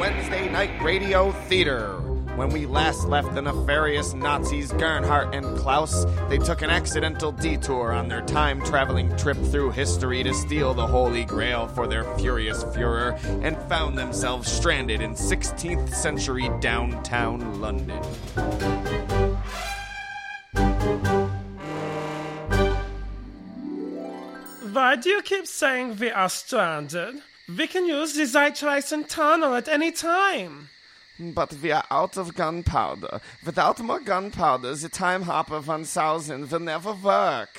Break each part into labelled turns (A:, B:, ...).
A: Wednesday Night Radio Theater. When we last left the nefarious Nazis Gernhardt and Klaus, they took an accidental detour on their time traveling trip through history to steal the Holy Grail for their furious Fuhrer and found themselves stranded in 16th century downtown London.
B: Why do you keep saying we are stranded? We can use the Zeitreisen tunnel at any time.
A: But we are out of gunpowder. Without more gunpowder, the time hopper von Sausen will never work.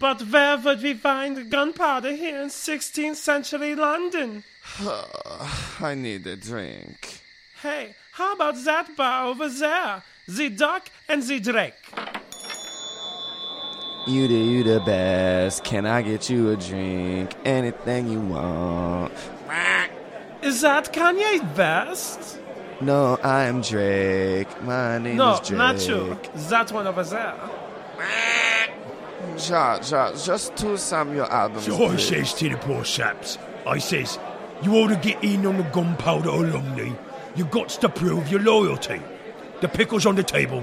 B: But where would we find gunpowder here in 16th century London?
A: I need a drink.
B: Hey, how about that bar over there? The Duck and the Drake.
A: You do you the best. Can I get you a drink? Anything you want.
B: Is that Kanye West?
A: No, I'm Drake. My name
B: No,
A: is Drake.
B: not you. That one over there.
A: Ja, ja, just two some your albums.
C: So I says to the poor saps, I says, you ought to get in on the gunpowder alumni. You got to prove your loyalty. The pickle's on the table.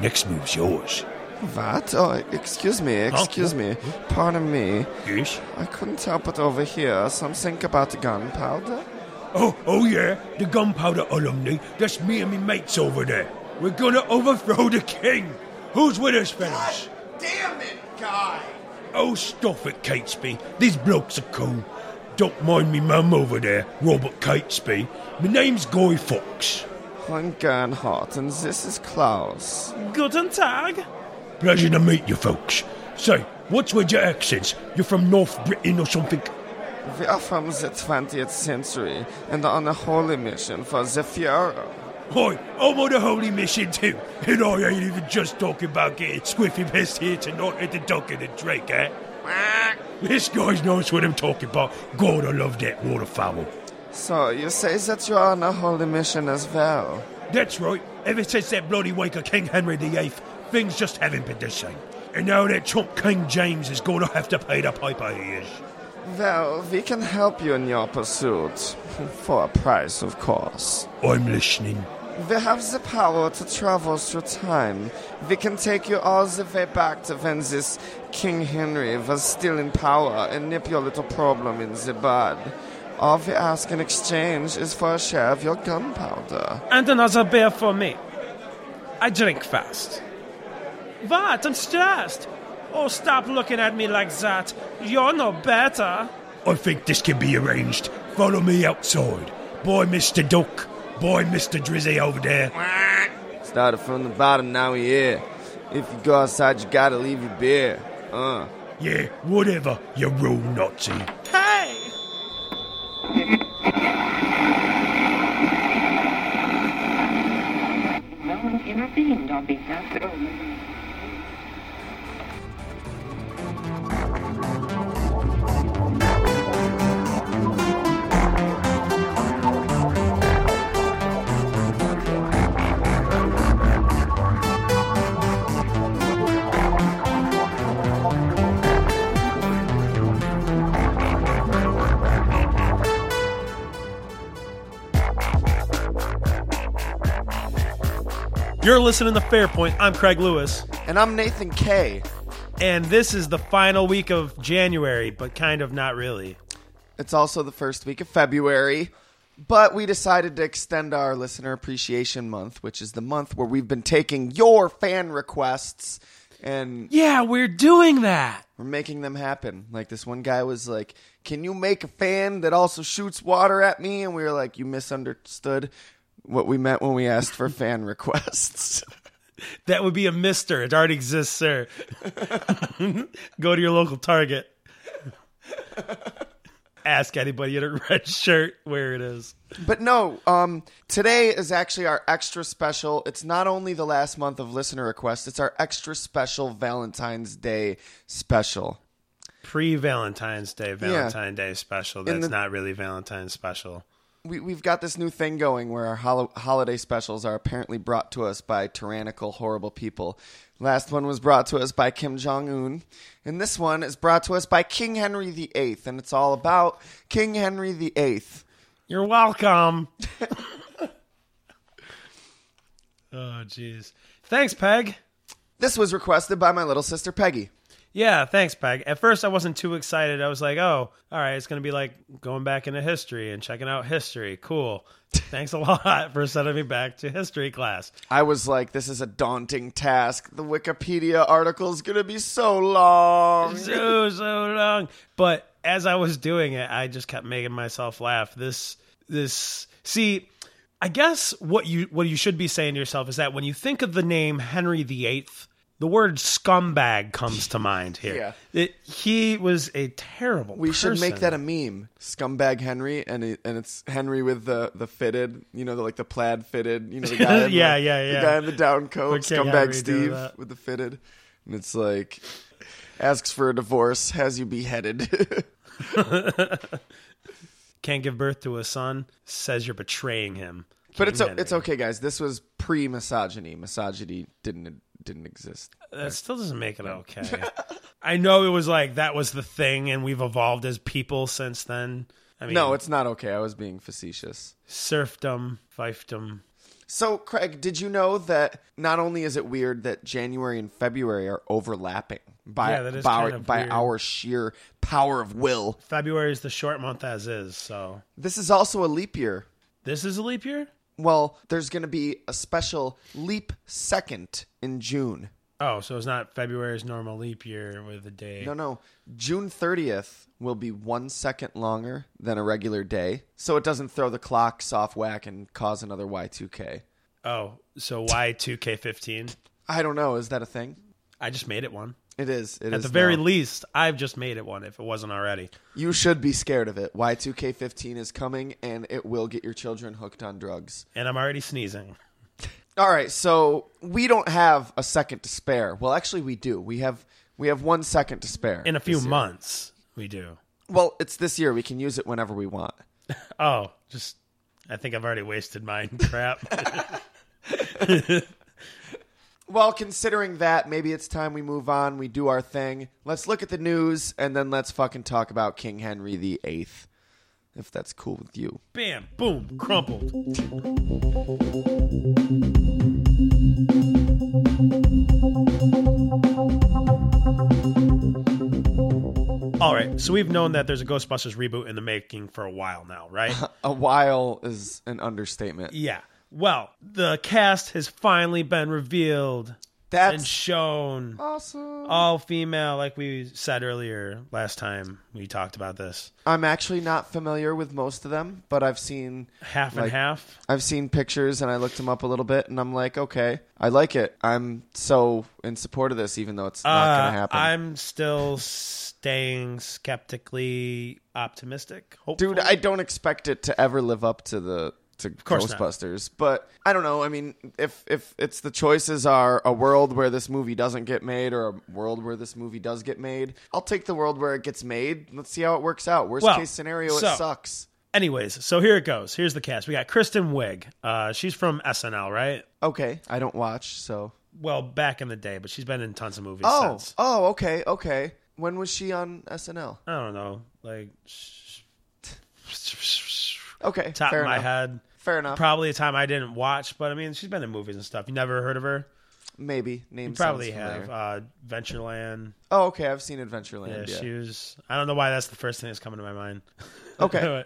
C: Next move's yours.
A: What? Oh, excuse me, excuse me. Pardon me.
C: Yes?
A: I couldn't help but overhear something about gunpowder.
C: Oh, oh yeah, the gunpowder alumni. That's me and me mates over there. We're gonna overthrow the king. Who's with us, fellas?
A: Damn it, guy!
C: Oh, stuff it, Catesby. These blokes are cool. Don't mind me mum over there, Robert Catesby. My name's Guy Fox.
A: I'm Gernhardt, and this is Klaus.
B: Guten Tag.
C: Pleasure to meet you folks. Say, what's with your accents? You're from North Britain or something?
A: We are from the 20th century and are on a holy mission for the Fuhrer.
C: Hi, I'm on a holy mission too, and I ain't even just talking about getting squiffy pissed here tonight at the Duck and the Drake, eh? This guy knows what I'm talking about. God, I love that waterfowl.
A: So, you say that you are on a holy mission as well.
C: That's right. Ever since that bloody wake of King Henry VIII, things just haven't been the same. And now that chump King James is going to have to pay the piper he is.
A: Well, we can help you in your pursuit. For a price, of course.
C: I'm listening.
A: We have the power to travel through time. We can take you all the way back to when this King Henry was still in power and nip your little problem in the bud. All we ask in exchange is for a share of your gunpowder.
B: And another beer for me. I drink fast. What? I'm stressed. Oh, stop looking at me like that. You're no better.
C: I think this can be arranged. Follow me outside. Boy, Mr. Duck. Boy, Mr. Drizzy over there.
A: Started from the bottom, now we here. If you go outside, you gotta leave your beer. Uh.
C: Yeah, whatever. You rule Nazi.
B: Hey!
D: No one intervened on behalf of Roman.
B: You're listening to Fairpoint. I'm Craig Lewis.
A: And I'm Nathan Kay.
B: And this is the final week of January, but kind of not really.
A: It's also the first week of February, but we decided to extend our listener appreciation month, which is the month where we've been taking your fan requests and
B: Yeah, we're doing that.
A: we're making them happen. Like this one guy was like, "Can you make a fan that also shoots water at me?" And we were like, "You misunderstood what we meant when we asked for fan requests."
B: That would be a mister. It already exists, sir. Go to your local Target. Ask anybody in a red shirt where it is.
A: But no, um, today is actually our extra special. It's not only the last month of listener requests, it's our extra special Valentine's Day special.
B: Pre Valentine's Day, Valentine Day special. That's
A: the-
B: not really Valentine's special.
A: We, we've got this new thing going where our hol- holiday specials are apparently brought to us by tyrannical, horrible people. Last one was brought to us by Kim Jong Un, and this one is brought to us by King Henry VIII, and it's all about King Henry VIII.
B: You're welcome. Oh, jeez. Thanks, Peg.
A: This was requested by my little sister Peggy.
B: Yeah, thanks, Peg. At first, I wasn't too excited. I was like, oh, all right, it's going to be like going back into history and checking out history. Cool. Thanks a lot for sending me back to history class.
A: I was like, this is a daunting task. The Wikipedia article is going to be so long.
B: so so long. But as I was doing it, I just kept making myself laugh. This this see, I guess what you what you should be saying to yourself is that when you think of the name Henry VIII, the word scumbag comes to mind here.
A: Yeah.
B: It- he was a terrible.
A: We should make
B: person.
A: that a meme. Scumbag Henry, and it, and it's Henry with the, the fitted, you know, the, like the plaid fitted, you know, the guy. in
B: Yeah,
A: the,
B: yeah, yeah.
A: The guy in the down coat,
B: But King
A: Scumbag
B: Henry
A: Steve
B: doing that.
A: with the fitted, and it's like asks for a divorce, has you beheaded.
B: can't give birth to a son says you're betraying him.
A: but it's o-
B: Henry.
A: it's okay, guys. This was pre misogyny. Misogyny didn't didn't exist.
B: That still doesn't make it okay. I know it was like that was the thing, and we've evolved as people since then. I mean,
A: No, it's not okay. I was being facetious.
B: serfdom, fiefdom.
A: So, Craig, did you know that not only is it weird that January and February are overlapping by
B: Yeah, that is
A: by,
B: kind of
A: by
B: weird.
A: our sheer power of will,
B: February is the short month as is, so
A: this is also a leap year.
B: this is a leap year.
A: Well, there's going to be a special leap second in June.
B: Oh, so it's not February's normal leap year with a day.
A: No, no. June 30th will be one second longer than a regular day, so it doesn't throw the clocks off whack and cause another Y2K.
B: Oh, so why two K fifteen?
A: I don't know. Is that a thing?
B: I just made it one.
A: It is. It is
B: At the very
A: now.
B: least, I've just made it one. If it wasn't already,
A: You should be scared of it. Y2K15 is coming and it will get your children hooked on drugs.
B: and I'm already sneezing.
A: All right, so we don't have a second to spare. Well, actually we do. We have we have 1 second to spare.
B: In a few months, we do.
A: well, it's this year. We can use it whenever we want.
B: Oh, just I think I've already wasted mine. Crap.
A: Well, considering that, maybe it's time we move on. We do our thing. Let's look at the news and then let's fucking talk about King Henry the 8th. If that's cool with you.
B: Bam, boom, crumpled. All right, so we've known that there's a Ghostbusters reboot in the making for a while now, right?
A: A while is an understatement.
B: yeah. Well, the cast has finally been revealed and
A: That's
B: shown.
A: awesome.
B: All female, like we said earlier last time we talked about this.
A: I'm actually not familiar with most of them, but I've seen
B: Half and
A: Like-
B: half.
A: I've seen pictures and I looked them up a little bit and I'm like, okay, I like it. I'm so in support of this, even though it's not
B: Uh,
A: going to happen.
B: I'm still staying skeptically optimistic. Hopeful.
A: Dude, I don't expect it to ever live up to the to
B: course not.
A: Ghostbusters, but I don't know. I mean, if if it's the choices are a world where this movie doesn't get made or a world where this movie does get made, I'll take the world where it gets made. Let's see how it works out. Worst
B: Well,
A: case scenario,
B: so-
A: it sucks.
B: Anyways, so here it goes. Here's the cast. We got Kristen Wiig. Uh, she's from SNL, right?
A: Okay, I don't watch, so
B: Well, back in the day, but she's been in tons of movies
A: oh
B: since.
A: oh okay okay. When was she on SNL?
B: I don't know, like
A: Okay,
B: top
A: fair
B: of my
A: enough.
B: head.
A: Fair enough.
B: Probably a time I didn't watch, but I mean, she's been in movies and stuff. You never heard of her?
A: Maybe name
B: Probably
A: sounds familiar.
B: have. Uh, Ventureland.
A: Oh, okay. I've seen
B: Yeah,
A: Adventureland. Yeah,
B: she was. I don't know why that's the first thing that's coming to my mind.
A: Okay.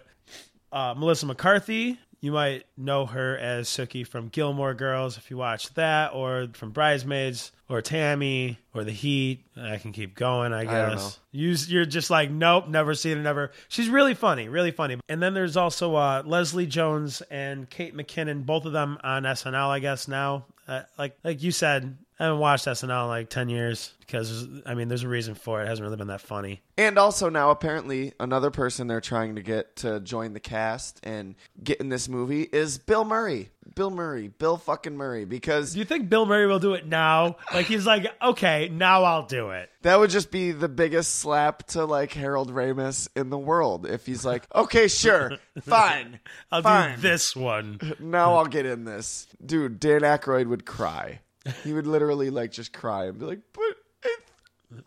B: uh, Melissa McCarthy. You might know her as Suki from Gilmore Girls if you watch that, or from Bridesmaids, or Tammy, or The Heat. I can keep going, I
A: don't know.
B: guess. You, you're just like, nope, never seen it, never. She's really funny, really funny. And then there's also uh, Leslie Jones and Kate McKinnon, both of them on SNL, I guess, now. Uh, like like you said, I haven't watched SNL in like 10 years because, I mean, there's a reason for it. It hasn't really been that funny.
A: And also now apparently another person they're trying to get to join the cast and get in this movie is Bill Murray. Bill Murray. Bill fucking Murray. Because
B: Do you think Bill Murray will do it now? Like he's like, okay, now I'll do it.
A: that would just be the biggest slap to like Harold Ramis in the world if he's like, okay, sure, fine,
B: I'll
A: fine.
B: do this one.
A: Now I'll get in this, dude. Dan Aykroyd would cry. He would literally like just cry and be like, but. It,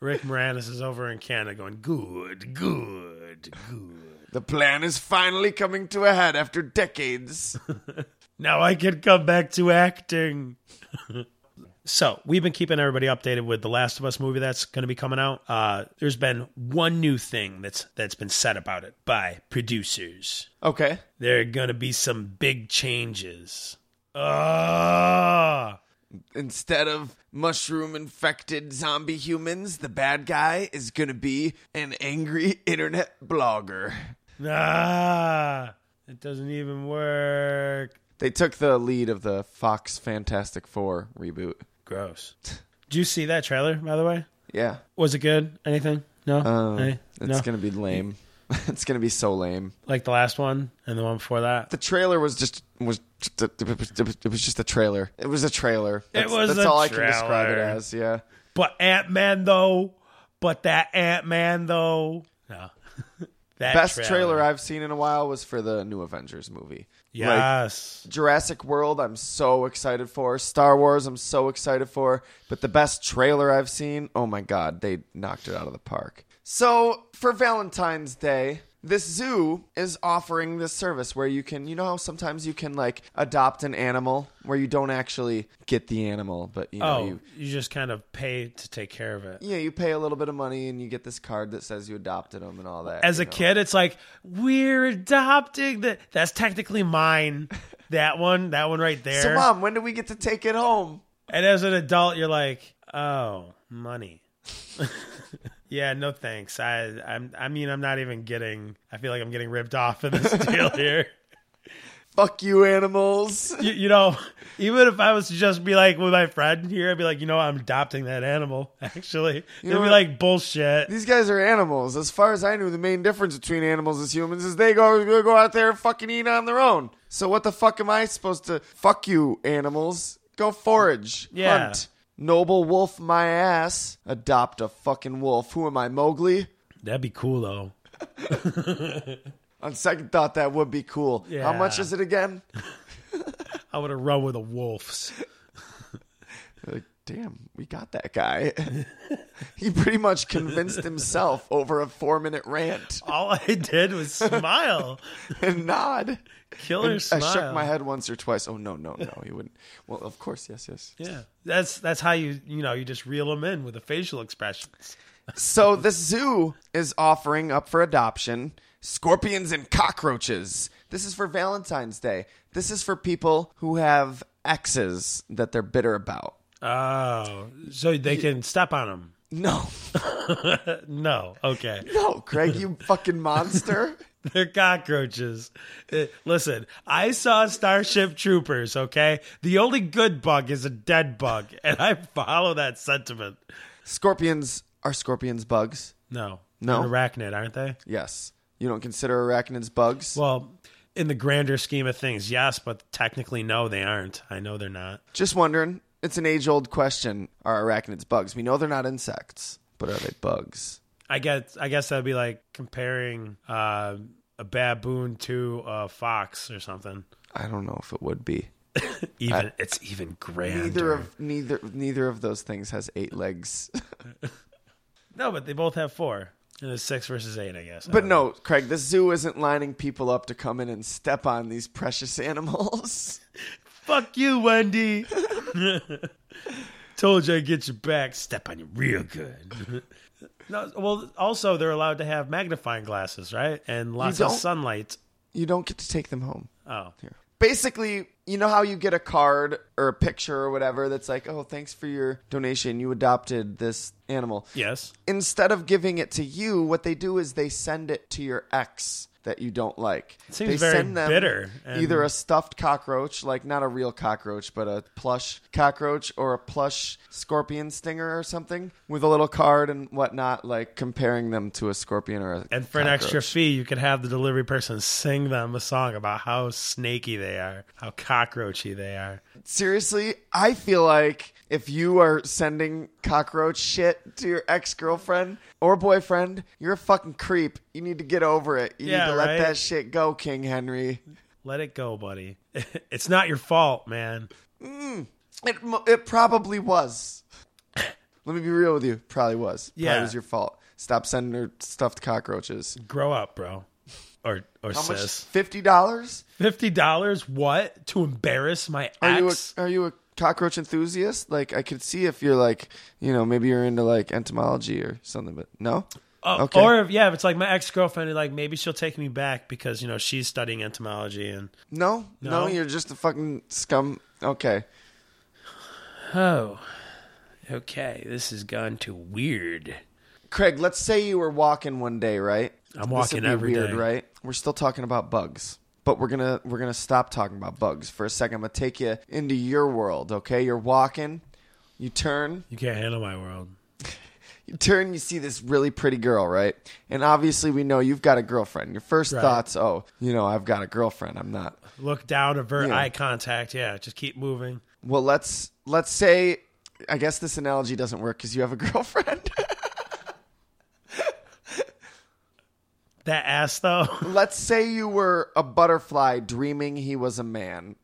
B: Rick Moranis is over in Canada going, good, good, good.
A: The plan is finally coming to a head after decades.
B: Now I can come back to acting. so we've been keeping everybody updated with the Last of Us movie that's going to be coming out. Uh, there's been one new thing that's that's been said about it by producers.
A: Okay.
B: There are going to be some big changes. Ah.
A: Instead of mushroom infected zombie humans, the bad guy is gonna be an angry internet blogger.
B: Ah, it doesn't even work.
A: They took the lead of the Fox Fantastic Four reboot.
B: Gross. Did you see that trailer, by the way?
A: Yeah.
B: Was it good? Anything? No?
A: Um,
B: Any-
A: it's
B: no?
A: gonna be lame. it's gonna be so lame.
B: like the last one and the one before that?
A: The trailer was just was just a- it was just a trailer. It was a trailer. That's,
B: was
A: that's
B: a
A: all I can describe it
B: trailer.
A: as. Yeah.
B: But Ant Man, though. But that Ant Man, though. No. that
A: Best trailer. I've seen in a while was for the new Avengers movie. Like,
B: Yes.
A: Jurassic World, I'm so excited for. Star Wars, I'm so excited for. But the best trailer I've seen, oh my God, they knocked it out of the park. So, for Valentine's Day, this zoo is offering this service where you can, you know, how sometimes you can like adopt an animal where you don't actually get the animal, but you know,
B: oh,
A: you.
B: you, just kind of pay to take care of it.
A: Yeah, you pay a little bit of money and you get this card that says you adopted them and all that.
B: As
A: you
B: a
A: know.
B: kid, it's like, we're adopting that. That's technically mine. That one, that one right there.
A: So, mom, when do we get to take it home?
B: And as an adult, you're like, oh, money. yeah, no thanks. I, I'm, I mean, I'm not even getting. I feel like I'm getting ripped off in this deal here.
A: Fuck you, animals.
B: You, you know, even if I was to just be like with my friend here, I'd be like, you know, what? I'm adopting that animal. Actually, they'd
A: know
B: be
A: what?
B: like, bullshit.
A: These guys are animals. As far as I knew, the main difference between animals and humans is they go they go out there and fucking eat on their own. So what the fuck am I supposed to? Fuck you, animals. Go forage.
B: Yeah.
A: Hunt. Noble wolf my ass. Adopt a fucking wolf. Who am I, Mowgli?
B: That'd be cool though.
A: On second thought, that would be cool. How much
B: Yeah.
A: is it again?
B: I would have run with the wolves.
A: Like, damn, we got that guy. he pretty much convinced himself over a four minute rant
B: All I did was smile,
A: and nod.
B: killer smile.
A: I shook my head once or twice. Oh no, no, no, he wouldn't. Well, of course, yes, yes.
B: Yeah, that's that's how you you know you just reel them in with the facial expressions.
A: So the zoo is offering up for adoption scorpions and cockroaches. This is for Valentine's Day. This is for people who have exes that they're bitter about.
B: Oh, so they can step on him.
A: No,
B: No, okay.
A: no, Craig, you fucking monster.
B: They're cockroaches. Uh, Listen, I saw Starship Troopers, okay? The only good bug is a dead bug, and I follow that sentiment.
A: Scorpions are scorpions bugs?
B: No.
A: No.
B: An arachnid, aren't they?
A: Yes. You don't consider arachnids bugs?
B: Well, in the grander scheme of things, yes, but technically, no, they aren't. I know they're not.
A: Just wondering. It's an age old question. Are arachnids bugs? We know they're not insects, but are they bugs?
B: I guess I guess that'd be like comparing uh, a baboon to a fox or something.
A: I don't know if it would be.
B: Even it's even grander.
A: Neither of neither neither of those things has eight legs.
B: no, but they both have four. And it's six versus eight, I guess. I
A: But
B: don't
A: no, Craig, the zoo isn't lining people up to come in and step on these precious animals.
B: Fuck you, Wendy. Told you I'd get your back. Step on you real good. no, well, also, they're allowed to have magnifying glasses, right? And lots of
A: don't-
B: sunlight.
A: You don't get to take them home.
B: Oh.
A: Basically, you know how you get a card or a picture or whatever that's like, "Oh, thanks for your donation. You adopted this animal."
B: Yes.
A: Instead of giving it to you, what they do is they send it to your ex that you don't like.
B: seems
A: they
B: very
A: send them
B: bitter and-
A: either a stuffed cockroach, like not a real cockroach, but a plush cockroach or a plush scorpion stinger or something, with a little card and whatnot, like comparing them to a scorpion or a
B: And for an extra fee, you could have the delivery person sing them a song about how snaky they are, how cockroachy they are.
A: seriously, I feel like if you are sending cockroach shit to your ex girlfriend or boyfriend, you're a fucking creep. You need to get over it. You
B: Yeah,
A: need to let
B: right?
A: that shit go, King Henry.
B: Let it go, buddy. It's not your fault, man.
A: It mo- it probably was. Let me be real with you. Probably was.
B: Yeah.
A: Probably was your fault. Stop sending her stuffed cockroaches.
B: Grow up, bro. or or
A: How much?
B: sis.
A: Fifty dollars?
B: Fifty dollars? What to embarrass my
A: Are you a,
B: ex?
A: are you a cockroach enthusiast? Like I could see if you're like you know maybe you're into like entomology or something, but no.
B: Oh, Or if, yeah, if it's like my ex girlfriend, like maybe she'll take me back because you know she's studying entomology and
A: no, no,
B: No?
A: you're just a fucking scum. Okay,
B: oh, okay, this has gone to weird.
A: Craig. Let's say you were walking one day, right?
B: I'm
A: This would
B: walking
A: be
B: every
A: weird,
B: day.
A: right? We're still talking about bugs, but we're gonna we're gonna stop talking about bugs for a second. I'm gonna take you into your world. Okay, you're walking. You turn,
B: You can't handle my world.
A: you turn, you see this really pretty girl, right? And obviously, we know you've got a girlfriend. Your first
B: Right.
A: thoughts, oh, you know, I've got a girlfriend. I'm not.
B: Look down, avert
A: Yeah.
B: eye contact. Yeah, just keep moving.
A: Well, let's let's say, I guess this analogy doesn't work because you have a girlfriend.
B: That ass though.
A: let's say you were a butterfly dreaming he was a man.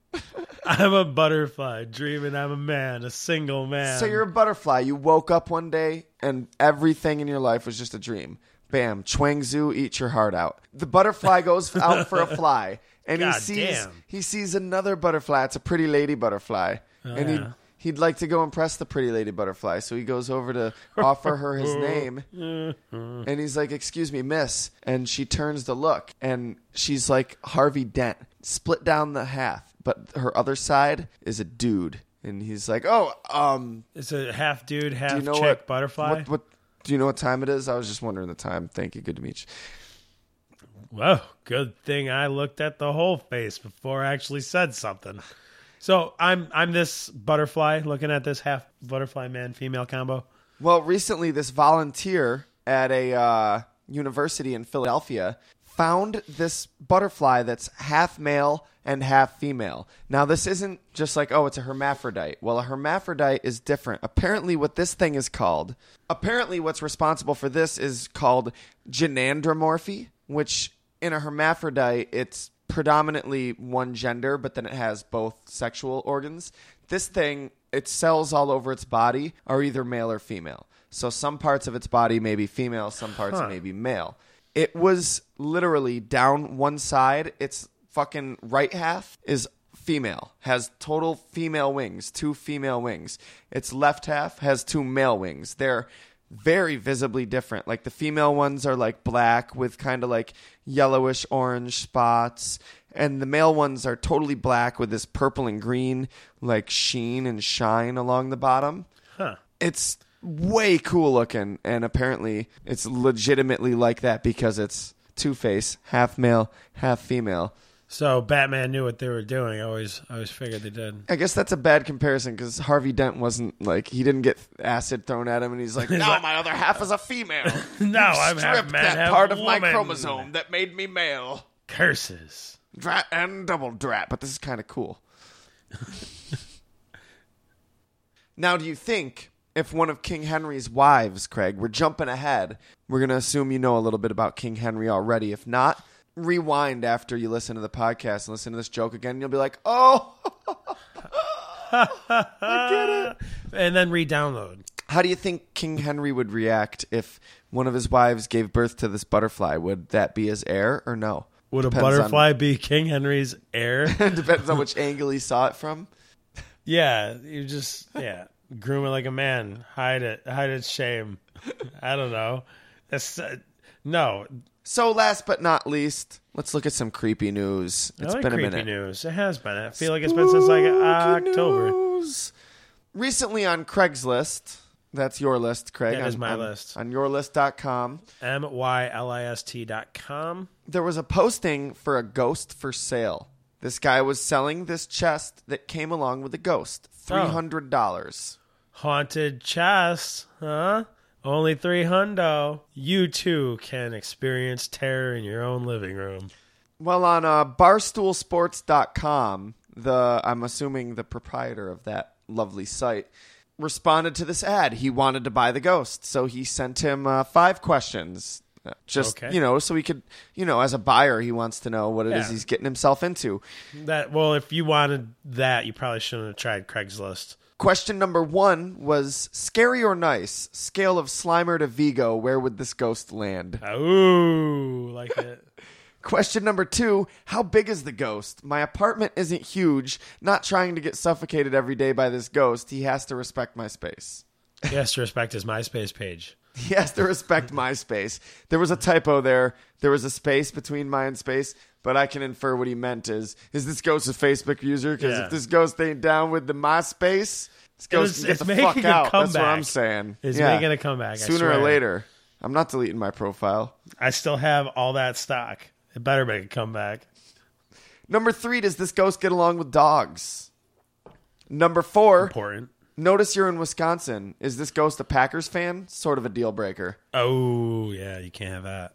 B: I'm a butterfly dreaming I'm a man, a single man.
A: So you're a butterfly. You woke up one day and everything in your life was just a dream. Bam, Chuangzu, eat your heart out. The butterfly goes out for a fly, and he
B: God
A: sees
B: damn.
A: he sees another butterfly. It's a pretty lady butterfly, and
B: Oh, yeah.
A: he'd he'd like to go impress the pretty lady butterfly. So he goes over to offer her his name,
B: Uh-huh.
A: and he's like, "Excuse me, miss." And she turns to look, and she's like Harvey Dent, split down the half, but her other side is a dude. And he's like, "Oh, um,
B: it's a half dude, half
A: do you know
B: chick
A: what
B: butterfly.
A: What, what do you know what time it is? I was just wondering the time. Thank you. Good to meet you.
B: Whoa, good thing I looked at the whole face before I actually said something. So I'm I'm this butterfly looking at this half butterfly man female combo.
A: Well, recently this volunteer at a uh, university in Philadelphia found this butterfly that's half male and half female. Now this isn't just like oh it's a hermaphrodite. Well, a hermaphrodite is different. Apparently what this thing is called, apparently what's responsible for this is called genandromorphy, which in a hermaphrodite, it's predominantly one gender, but then it has both sexual organs. This thing, its cells all over its body are either male or female. So some parts of its body may be female, some parts may be male. It was literally down one side, its fucking right half is female, has total female wings, two female wings. Its left half has two male wings. They're very visibly different. Like the female ones are like black with kind of like yellowish orange spots, and the male ones are totally black with this purple and green like sheen and shine along the bottom.
B: Huh.
A: It's way cool looking, and apparently it's legitimately like that because it's Two Face, half male, half female.
B: So Batman knew what they were doing. I always I always figured they did.
A: I guess that's a bad comparison because Harvey Dent wasn't like he didn't get acid thrown at him, and he's like, "No, my other half is a female.
B: No, I'm half
A: Stripped
B: man,
A: that
B: half
A: part of my
B: woman.
A: chromosome that made me male.
B: Curses.
A: Drat and double drat." But this is kind of cool. now, do you think if one of King Henry's wives, Craig, we're jumping ahead, we're gonna assume you know a little bit about King Henry already. If not, rewind after you listen to the podcast and listen to this joke again, and you'll be like, "Oh."
B: Ah. And then re-download.
A: How do you think King Henry would react if one of his wives gave birth to this butterfly? Would that be his heir or no?
B: Would a
A: Depends
B: butterfly be King Henry's heir?
A: On, depends on which angle he saw it from.
B: yeah, you just yeah, groom it like a man. Hide it, hide its shame. I don't know. That's uh, no.
A: So, last but not least, let's look at some creepy news.
B: I
A: It's
B: like
A: been a
B: creepy
A: minute.
B: news. It has been. I feel like it's been since like
A: Spooky
B: October.
A: news. Recently on Craigslist, that's your list, Craig.
B: That
A: on,
B: is my
A: on-
B: list.
A: On yourlist.com.
B: M Y L I S T dot com.
A: there was a posting for a ghost for sale. This guy was selling this chest that came along with a ghost,
B: Oh.
A: three hundred dollars.
B: Haunted chest, huh? Only three hundo. You too can experience terror in your own living room.
A: Well, on uh, barstoolsports.com, the I'm assuming the proprietor of that lovely site responded to this ad. He wanted to buy the ghost, so he sent him uh, five questions. Uh, Just
B: Okay.
A: you know, so he could you know, as a buyer, he wants to know what it is
B: Yeah.
A: he's getting himself into.
B: That well, if you wanted that, you probably shouldn't have tried Craigslist.
A: Question number one was scary or nice? Scale of Slimer to Vigo, where would this ghost land?
B: Ooh, like it.
A: Question number two How big is the ghost? My apartment isn't huge. Not trying to get suffocated every day by this ghost. He has to respect my space.
B: He has to respect his MySpace page.
A: He has to respect my space. There was a typo there. There was a space between my and space, but I can infer what he meant is is this ghost a Facebook user? Because
B: Yeah.
A: if this ghost ain't down with the MySpace, this
B: It
A: ghost
B: was-
A: can get
B: it's
A: the
B: making
A: fuck
B: a
A: out. That's what
B: comeback.
A: I'm saying.
B: It's making a comeback, I
A: Sooner or
B: swear.
A: later. I'm not deleting my profile.
B: I still have all that stock. It better make a comeback.
A: Number three, does this ghost get along with dogs? Number four,
B: Important.
A: notice you're in Wisconsin. Is this ghost a Packers fan? Sort of a deal breaker.
B: Oh yeah, you can't have that.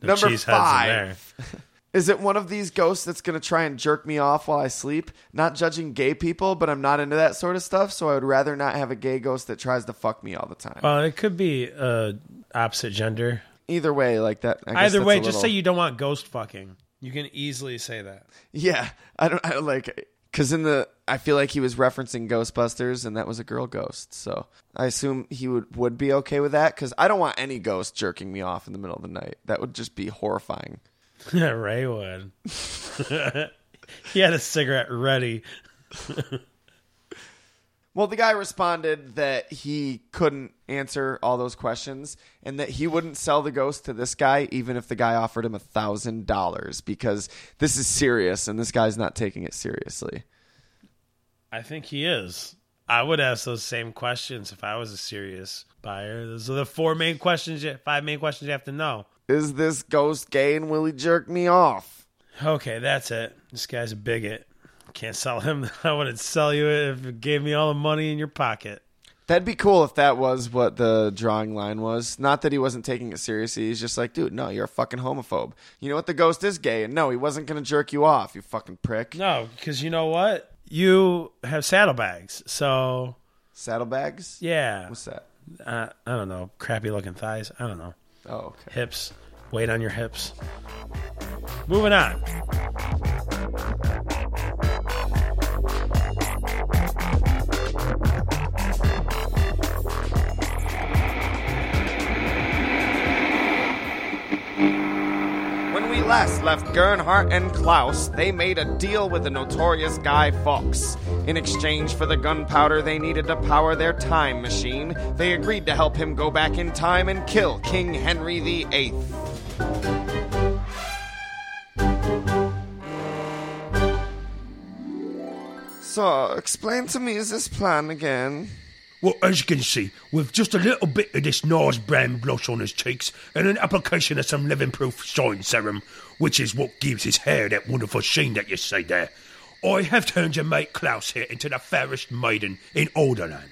B: No
A: Number
B: cheese heads in there.
A: five. Is it one of these ghosts that's going to try and jerk me off while I sleep? Not judging gay people, but I'm not into that sort of stuff, so I would rather not have a gay ghost that tries to fuck me all the time.
B: Well, it could be uh, opposite gender.
A: Either way, like that. I guess
B: Either
A: that's
B: way,
A: a
B: just
A: little-
B: say you don't want ghost fucking. You can easily say that.
A: Yeah, I don't I don't like because in the I feel like he was referencing Ghostbusters, and that was a girl ghost, so I assume he would would be okay with that. Because I don't want any ghost jerking me off in the middle of the night. That would just be horrifying.
B: Ray would. he had a cigarette ready.
A: Well, the guy responded that he couldn't answer all those questions and that he wouldn't sell the ghost to this guy, even if the guy offered him a thousand dollars, because this is serious and this guy's not taking it seriously.
B: I think he is. I would ask those same questions if I was a serious buyer. Those are the four main questions, you, five main questions you have to know.
A: Is this ghost gay and will he jerk me off?
B: Okay, that's it. This guy's a bigot. Can't sell him. I wouldn't sell you it if it gave me all the money in your pocket.
A: That'd be cool if that was what the drawing line was. Not that he wasn't taking it seriously. He's just like, dude, no, you're a fucking homophobe. You know what? The ghost is gay, and no, he wasn't going to jerk you off, you fucking prick.
B: No, because you know what? You have saddlebags. So,
A: Saddlebags?
B: yeah.
A: What's that?
B: Uh, I don't know. Crappy looking thighs. I don't know.
A: Oh, okay.
B: Hips. Weight on your hips. Moving on.
A: When we last left Gernhardt and Klaus, they made a deal with the notorious Guy Fawkes. In exchange for the gunpowder they needed to power their time machine, they agreed to help him go back in time and kill King Henry VIII. So, explain to me is this plan again?
C: Well, as you can see, with just a little bit of this Nars brand blush on his cheeks and an application of some living proof shine serum, which is what gives his hair that wonderful sheen that you see there, I have turned your mate Klaus here into the fairest maiden in all the land.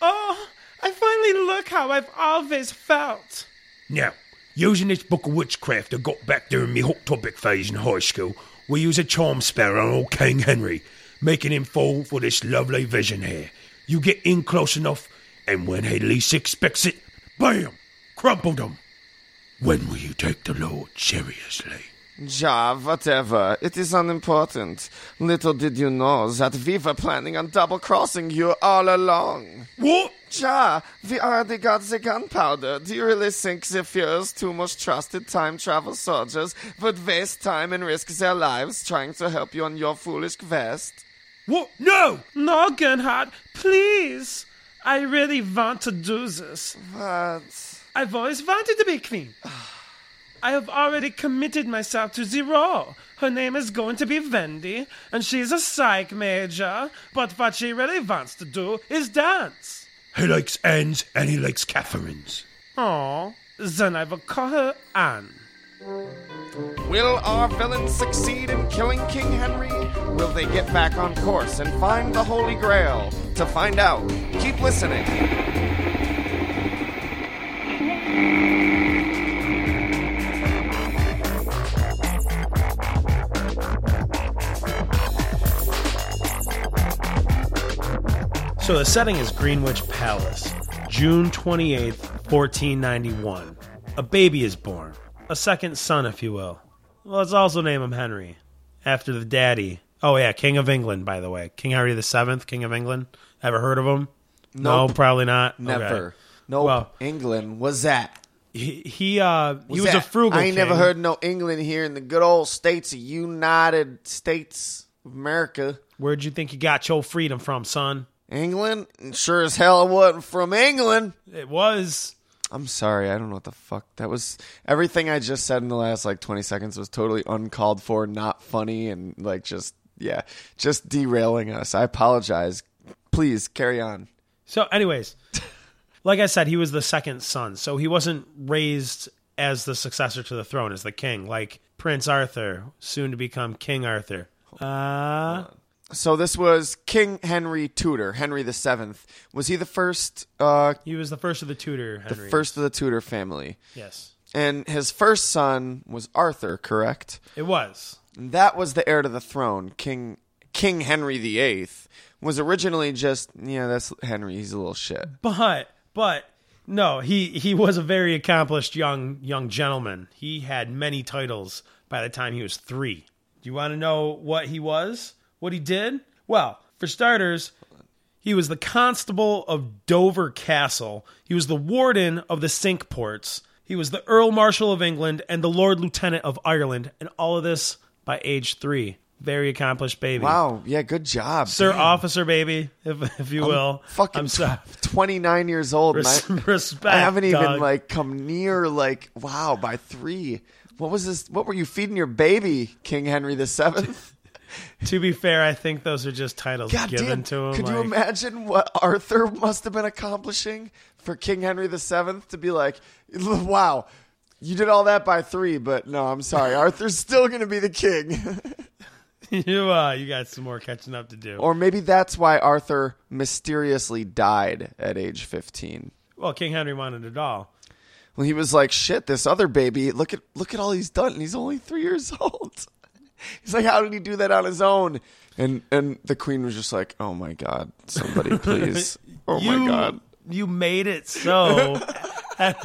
B: Oh, I finally look how I've always felt.
C: Now, using this book of witchcraft I got back during my hot topic phase in high school, we use a charm spell on old King Henry, making him fall for this lovely vision here. You get in close enough, and when he least expects it, bam! Crumpled him. When will you take the Lord seriously?
A: Ja, whatever. It is unimportant. Little did you know that we were planning on double crossing you all along.
C: What?
A: Ja, we already got the gunpowder. Do you really think the Fuhrer's two most trusted time travel soldiers would waste time and risk their lives trying to help you on your foolish quest?
C: What? No!
B: No, Gernhardt, please. I really want to do this.
A: But
B: I've always wanted to be queen. I have already committed myself to the role. Her name is going to be Wendy, and she's a psych major. But what she really wants to do is dance.
C: He likes Anne's and he likes Catherine's.
B: Oh, then I will call her Anne.
A: will our villains succeed in killing King Henry? Will they get back on course and find the Holy Grail? To find out, keep listening.
B: So the setting is Greenwich Palace, June 28th, 1491. A baby is born, a second son, if you will. Let's also name him Henry, after the daddy. Oh, yeah, King of England, by the way. King Henry the Seventh, King of England. Ever heard of him? No,
A: Nope.
B: probably not. Okay.
A: Never. No,
B: Well-
A: England was that.
B: He he, uh, he was a
A: that?
B: frugal.
A: I ain't never
B: king.
A: heard no England here in the good old states of United States of America.
B: Where'd you think you got your freedom from, son?
A: England? Sure as hell it wasn't from England.
B: It was.
A: I'm sorry, I don't know what the fuck. That was everything I just said in the last like 20 seconds was totally uncalled for, not funny, and like just, yeah, just derailing us. I apologize. Please carry on.
B: So, anyways, like I said, he was the second son, so he wasn't raised as the successor to the throne, as the king, like Prince Arthur, soon to become King Arthur. Uh,
A: So this was King Henry Tudor, Henry the Seventh. Was he the first, uh,
B: he was the first of the Tudor Henry.
A: first of the Tudor family?
B: yes,
A: And his first son was Arthur, correct?
B: it was.
A: And that was the heir to the throne, King King Henry the Eighth. Was originally just yeah, that's Henry. He's a little shit.
B: but but no he he was a very accomplished young young gentleman he had many titles by the time he was three do you want to know what he was what he did well for starters he was the constable of dover castle he was the warden of the cinque ports he was the earl marshal of england and the lord lieutenant of ireland and all of this by age three very accomplished baby
A: Wow, Oh, yeah, good job,
B: sir officer baby if, if you will
A: Fucking
B: i'm sorry
A: twenty nine years old. and I-
B: respect.
A: I haven't even
B: dog.
A: like come near like wow by three. What was this? What were you feeding your baby, King Henry the Seventh?
B: To be fair, I think those are just titles
A: God
B: given
A: damn!
B: to him.
A: could you
B: like-
A: imagine what Arthur must have been accomplishing for King Henry the Seventh to be like, wow, you did all that by three, but no, I'm sorry, Arthur's still going to be the king.
B: you, uh, you got some more catching up to do.
A: or maybe that's why Arthur mysteriously died at age 15.
B: well, King Henry wanted it all.
A: Well, he was like, "Shit, this other baby. Look at look at all he's done. and He's only three years old." He's like, "How did he do that on his own?" And and the queen was just like, "Oh my god, somebody please! Oh
B: you,
A: my god!"
B: You made it so.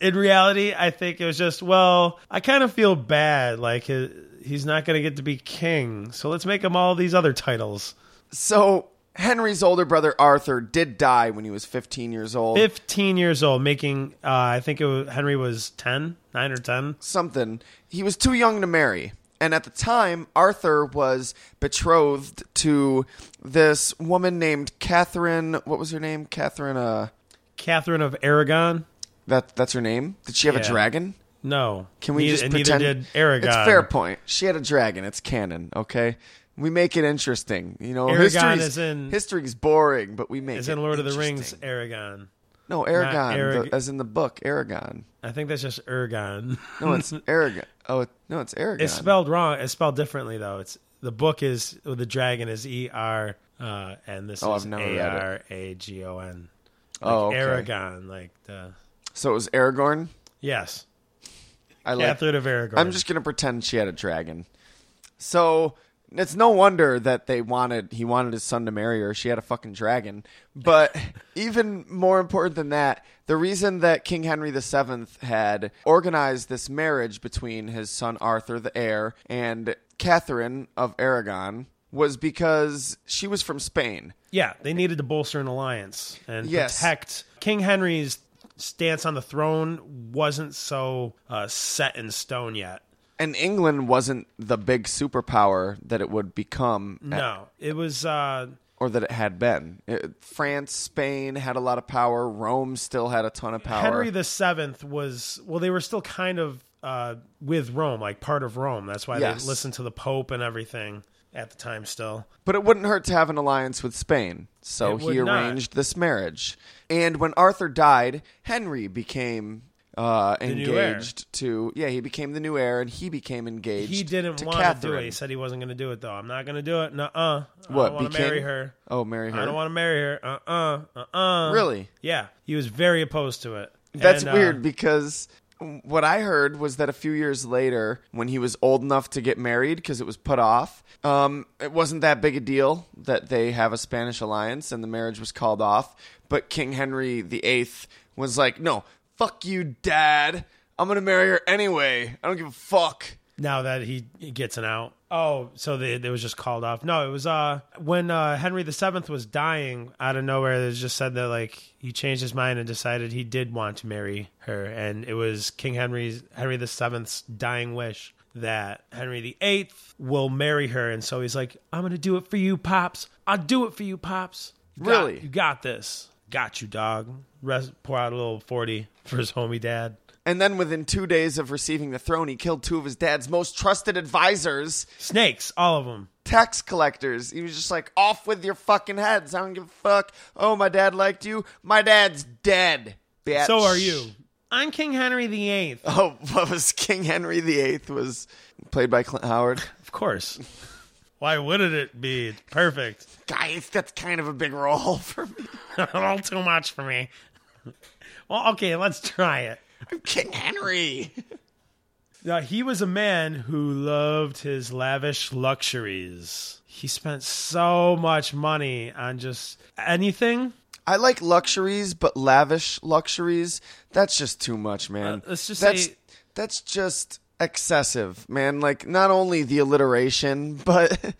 B: In reality, I think it was just well. I kind of feel bad, like his, he's not going to get to be king. So let's make him all these other titles.
A: So Henry's older brother Arthur did die when he was 15 years old.
B: Fifteen years old, making. Uh, I think it was, Henry was 10, 9 or ten.
A: Something. He was too young to marry. And at the time, Arthur was betrothed to this woman named Catherine. What was her name? Catherine. Uh,
B: Catherine of Aragon.
A: that that's her name. Did she have
B: Yeah.
A: a dragon?
B: No.
A: Can we
B: neither,
A: just
B: and
A: pretend?
B: Neither did Aragon.
A: It's fair point. She had a dragon. It's canon. Okay, we make it interesting. You know,
B: Aragon
A: history's,
B: is in-
A: history's boring, but we make
B: It's
A: it
B: in Lord of the
A: interesting.
B: Rings, Aragon.
A: No, Aragon,
B: Arag-
A: the- as in the book, Aragon.
B: I think that's just Aragon.
A: No, it's Aragon. Oh, it- no, it's Aragon.
B: It's spelled wrong. It's spelled differently though. It's the book is the dragon is E R, uh, and this
A: Oh,
B: is
A: I've never read
B: A
A: it.
B: R A G O N.
A: oh, okay.
B: Aragon, like the
A: So it was Aragorn.
B: yes,
A: I like.
B: Catherine of Aragon.
A: I'm just gonna pretend she had a dragon. So it's no wonder that they wanted he wanted his son to marry her. She had a fucking dragon. But even more important than that, the reason that King Henry VII had organized this marriage between his son Arthur the heir and Catherine of Aragon was because she was from Spain.
B: yeah. They needed to bolster an alliance and
A: Yes.
B: protect King Henry's stance on the throne wasn't so uh, set in stone yet.
A: And England wasn't the big superpower that it would become
B: No, it was. Uh,
A: or that it had been. It- France, Spain had a lot of power. Rome still had a ton of power.
B: Henry the Seventh was well, they were still kind of uh, with Rome, like part of Rome. That's why
A: Yes.
B: they listened to the Pope and everything at the time. Still,
A: but it wouldn't hurt to have an alliance with Spain. So
B: It
A: he
B: would not.
A: arranged this marriage. And when Arthur died, Henry became uh,
B: new heir.
A: engaged to. Yeah, he became the new heir, and he became engaged.
B: he didn't
A: to
B: want to do it. He
A: Catherine.
B: said he wasn't going to do it, though. I'm not going to do it. Nuh uh. I
A: What,
B: don't want to
A: became-
B: marry her.
A: Oh, marry her.
B: I don't want to marry her. Uh uh. Uh uh.
A: Really?
B: Yeah. He was very opposed to it.
A: That's
B: And, uh,
A: weird because what I heard was that a few years later, when he was old enough to get married, because it was put off, um, it wasn't that big a deal that they have a Spanish alliance and the marriage was called off. But King Henry VIII was like, no, fuck you, dad. I'm going to marry her anyway. I don't give a fuck.
B: now that he gets an out. Oh, so they, it was just called off. No, it was uh when uh, Henry VII was dying out of nowhere. It was just said that like he changed his mind and decided he did want to marry her, and it was King Henry's Henry VII's dying wish that Henry VIII will marry her, and so he's like, "I'm gonna do it for you, pops. I'll do it for you, pops. You got-
A: Really?
B: you got this. Got you, dog." Rest, pour out a little forty for his homie dad.
A: And then within two days of receiving the throne, he killed two of his dad's most trusted advisors,
B: Snakes, all of them.
A: tax collectors. He was just like, off with your fucking heads. I don't give a fuck. Oh, my dad liked you. My dad's dead, bitch.
B: So are you. I'm King Henry VIII.
A: Oh, what was King Henry VIII was played by Clint Howard.
B: Of course. Why wouldn't it be? It's perfect.
A: Guys, that's kind of a big role for me.
B: A little too much for me. Well, okay, let's try it.
A: I'm King Henry.
B: Now, he was a man who loved his lavish luxuries. He spent so much money on just anything.
A: I like luxuries, but lavish luxuries, that's just too much, man.
B: Uh, let's just
A: that's,
B: say-
A: that's just excessive, man. Like not only the alliteration, but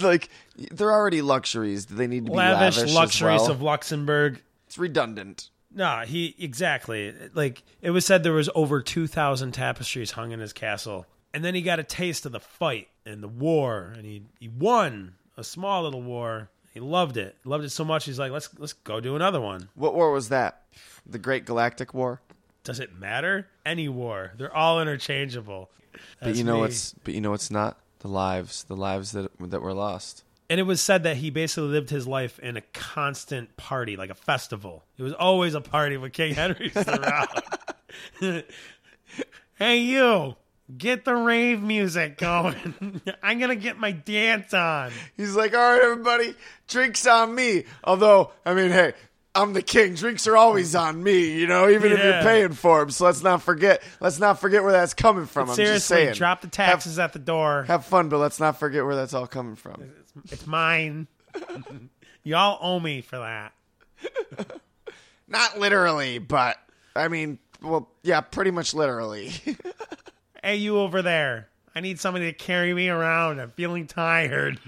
A: like they're already luxuries. Do they need to be
B: Lavish,
A: lavish, as
B: luxuries
A: well?
B: of Luxembourg.
A: It's redundant.
B: No, he exactly. Like it was said there was over 2000 tapestries hung in his castle. And then he got a taste of the fight and the war and he he won a small little war. He loved it. Loved it so much he's like, "Let's let's go do another one."
A: What war was that? The Great Galactic War.
B: Does it matter? Any war. They're all interchangeable.
A: But you know
B: me.
A: what's but you know what's not? The lives, the lives that that were lost.
B: And it was said that he basically lived his life in a constant party, like a festival. It was always a party when King Henry's around. hey, you, get the rave music going. I'm going to get my dance on.
A: He's like, all right, everybody, drinks on me. Although, I mean, hey, I'm the king. Drinks are always on me, you know, even if
B: Yeah.
A: you're paying for them. So let's not forget. Let's not forget where that's coming from. I'm just
B: Seriously,
A: saying.
B: drop the taxes at the door.
A: Have fun, but let's not forget where that's all coming from.
B: It's mine. Y'all owe me for that.
A: Not literally, but I mean, well, yeah, pretty much literally.
B: Hey, you over there. I need somebody to carry me around. I'm feeling tired.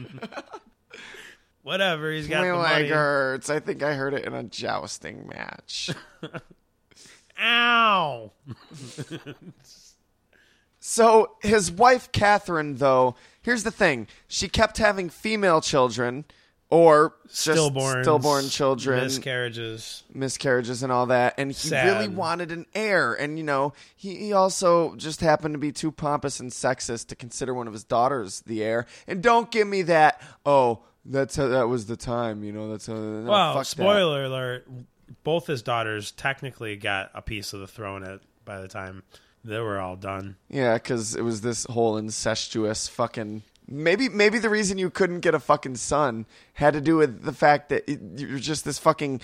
B: Whatever, he's got
A: My
B: the
A: leg
B: money.
A: hurts. I think I heard it in a jousting match.
B: Ow.
A: So his wife Catherine, though, here's the thing: she kept having female children, or just
B: stillborns,
A: stillborn children,
B: miscarriages.
A: miscarriages, and all that. And he
B: Sad.
A: really wanted an heir, and you know, he, he also just happened to be too pompous and sexist to consider one of his daughters the heir. And don't give me that. Oh, that's how, that was the time. You know, that's how. No,
B: Well,
A: Oh, fuck that.
B: spoiler alert: both his daughters technically got a piece of the throne at by the time they were all done.
A: Yeah, because it was this whole incestuous fucking. Maybe maybe the reason you couldn't get a fucking son had to do with the fact that it, you're just this fucking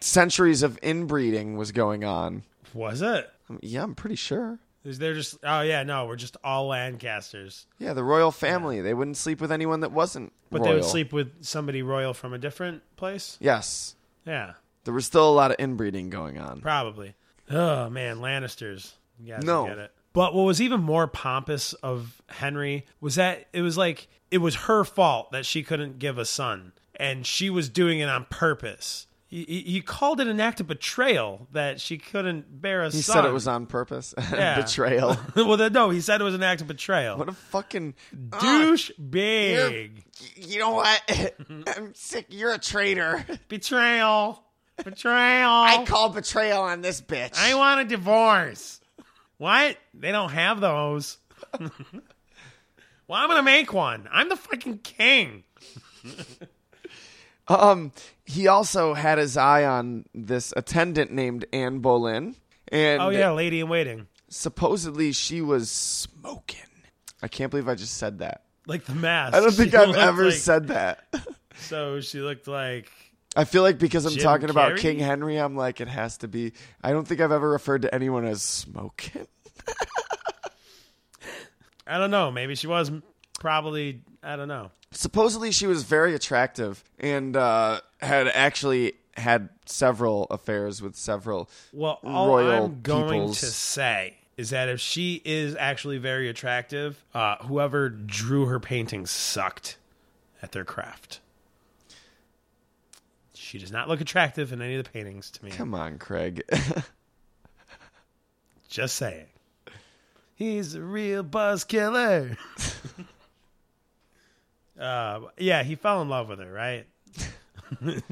A: centuries of inbreeding was going on.
B: Was it?
A: Um, Yeah, I'm pretty sure.
B: Is there just? Oh yeah, no, we're just all Lancasters,
A: Yeah, the royal family they wouldn't sleep with anyone that wasn't.
B: but
A: royal.
B: they would sleep with somebody royal from a different place.
A: Yes,
B: Yeah,
A: there was still a lot of inbreeding going on.
B: probably. Oh man, Lannisters. You guys
A: No.
B: get it. But what was even more pompous of Henry was that it was like it was her fault that she couldn't give a son, and she was doing it on purpose. He, he- he called it an act of betrayal that she couldn't bear a
A: He
B: son.
A: said it was on purpose.
B: Yeah.
A: Betrayal.
B: well, then, no, he said it was an act of betrayal.
A: what a fucking
B: douche big
A: You know what? I'm sick. You're a traitor.
B: betrayal, betrayal.
A: I call betrayal on this bitch.
B: I want a divorce. What? They don't have those. well, I'm gonna make one. I'm the fucking king.
A: Um, he also had his eye on this attendant named Anne Boleyn, and
B: Oh yeah, lady in waiting,
A: supposedly she was smoking. I can't believe I just said that.
B: like the mask.
A: I don't think
B: She
A: I've
B: looked
A: ever
B: like-
A: said that.
B: So she looked like
A: I feel like because I'm
B: Jim
A: talking about
B: Carrey?
A: King Henry, I'm like it has to be. I don't think I've ever referred to anyone as smoking.
B: I don't know. Maybe she was probably I don't know.
A: Supposedly she was very attractive and uh, had actually had several affairs with several
B: Well, all
A: royal
B: I'm going
A: peoples.
B: to say is that if she is actually very attractive, uh, whoever drew her painting sucked at their craft. She does not look attractive in any of the paintings to me.
A: Come on, Craig.
B: Just saying. He's a real buzz killer. uh, yeah, he fell in love with her, right?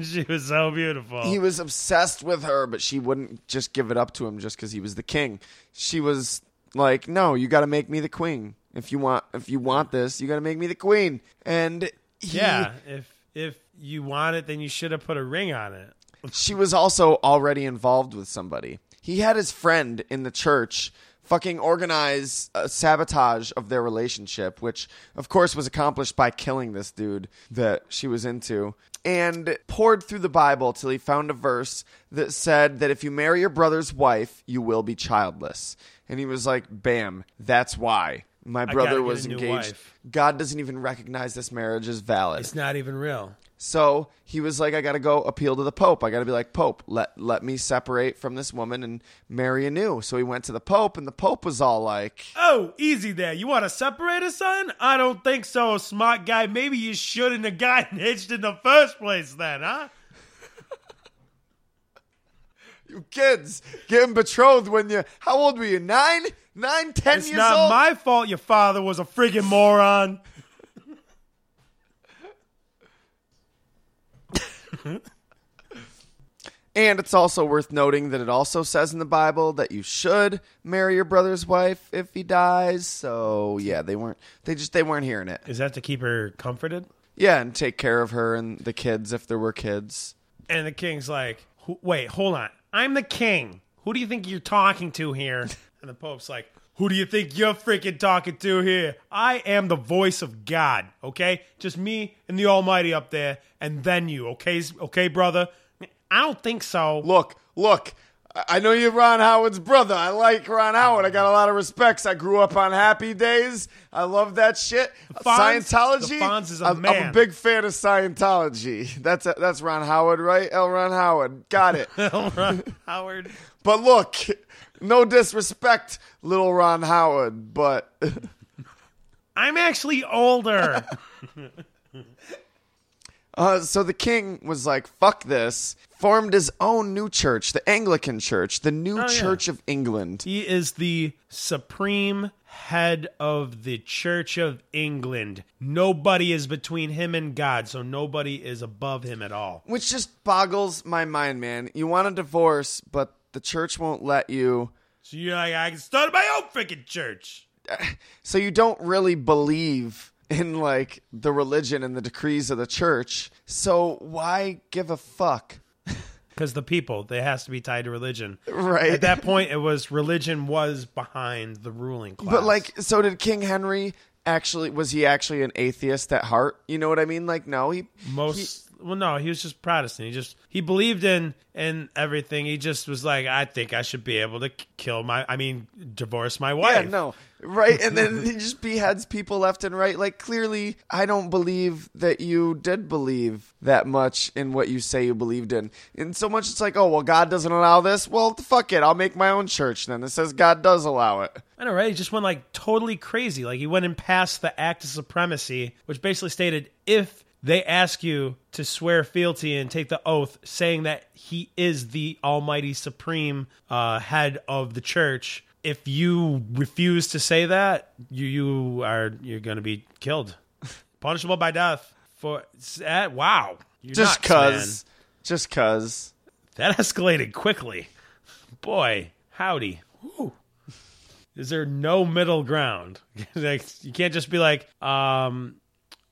B: she was so beautiful.
A: he was obsessed with her, but she wouldn't just give it up to him just because he was the king. She was like, "No, you got to make me the queen. If you want, if you want this, you got to make me the queen." And he,
B: yeah, if if you want it, then you should have put a ring on it.
A: she was also already involved with somebody. He had his friend in the church fucking organize a sabotage of their relationship, which of course was accomplished by killing this dude that she was into. And poured through the Bible till he found a verse that said that if you marry your brother's wife, you will be childless. And he was like, bam, that's why. My
B: gotta
A: brother
B: get
A: was
B: a new
A: engaged.
B: wife.
A: God doesn't even recognize this marriage as valid.
B: It's not even real.
A: So he was like, I gotta go appeal to the Pope. I gotta be like, Pope, let let me separate from this woman and marry anew. So he went to the Pope, and the Pope was all like,
B: Oh, easy there. You want to separate us, son? I don't think so, smart guy. Maybe you shouldn't have gotten hitched in the first place, then, huh?
A: "You kids getting betrothed when you how old were you? Nine, nine, ten
B: It's
A: years
B: not
A: old."
B: my fault your father was a friggin' moron.
A: and it's also worth noting that it also says in the Bible that you should marry your brother's wife if he dies. So yeah, they weren't they just they weren't hearing it.
B: Is that to keep her comforted?
A: Yeah, and take care of her and the kids if there were kids.
B: And the king's like, "Who- wait, hold on. I'm the king. Who do you think you're talking to here? And the pope's like, who do you think you're freaking talking to here? I am the voice of God, okay? Just me and the Almighty up there, and then you, okay, s- okay, brother? I don't think so.
A: look, look. I- I know you're Ron Howard's brother. I like Ron Howard. I got a lot of respects. I grew up on Happy Days. I love that shit.
B: Fonz-
A: Scientology.
B: the Fonz is a
A: I'm, I'm a
B: man.
A: big fan of Scientology. That's uh, that's Ron Howard, right? L. Ron Howard. Got it.
B: Howard.
A: but look, no disrespect, little Ron Howard, but
B: I'm actually older.
A: Uh, so the king was like, "Fuck this." Formed his own new church, the Anglican Church, the New
B: Oh, yeah.
A: Church of England.
B: he is the supreme head of the Church of England. Nobody is between him and God, so nobody is above him at all.
A: which just boggles my mind, man. You want a divorce, but the church won't let you.
B: So you're like, I can start my own freaking church.
A: So you don't really believe in like the religion and the decrees of the church. So why give a fuck?
B: Because the people, they has to be tied to religion.
A: Right.
B: At that point, it was religion was behind the ruling class.
A: But like so did King Henry actually was he actually an atheist at heart? You know what I mean? Like no, he
B: most, well, no, he was just Protestant. He just he believed in in everything. He just was like, I think I should be able to k- kill my, I mean, divorce my
A: yeah,
B: wife.
A: no. Right, and then he just beheads people left and right. Like clearly, I don't believe that you did believe that much in what you say you believed in. And so much, it's like, oh well, God doesn't allow this. Well, fuck it, I'll make my own church then. It says God does allow it.
B: I know, right? He just went like totally crazy. Like he went and passed the Act of Supremacy, which basically stated if they ask you to swear fealty and take the oath, saying that he is the Almighty Supreme uh, head of the Church, if you refuse to say that, you you are you're going to be killed, punishable by death for that. Wow, You're
A: Just
B: nuts,
A: cause, just cause.
B: man. that escalated quickly. Boy, howdy. Whew. Is there no middle ground? like you can't just be like, um,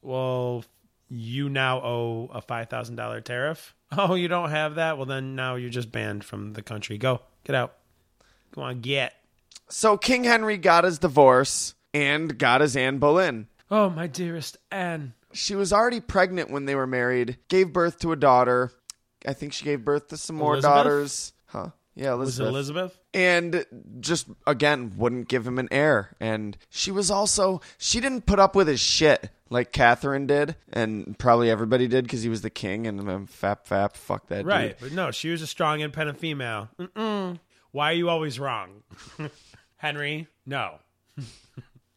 B: well, you now owe a five thousand dollar tariff. Oh, you don't have that? Well then now you're just banned from the country. Go. Get out. Go on, get.
A: So King Henry got his divorce and got his Anne Boleyn.
B: Oh, my dearest Anne.
A: She was already pregnant when they were married. Gave birth to a daughter. I think she gave birth to some more
B: Elizabeth?
A: daughters. Huh? Yeah,
B: Was it Elizabeth?
A: and just again wouldn't give him an heir and she was also she didn't put up with his shit like Catherine did and probably everybody did because he was the king and um, fap fap fuck that
B: Right.
A: dude.
B: But no, she was a strong, independent female. Mm-mm. Why are you always wrong? Henry, no.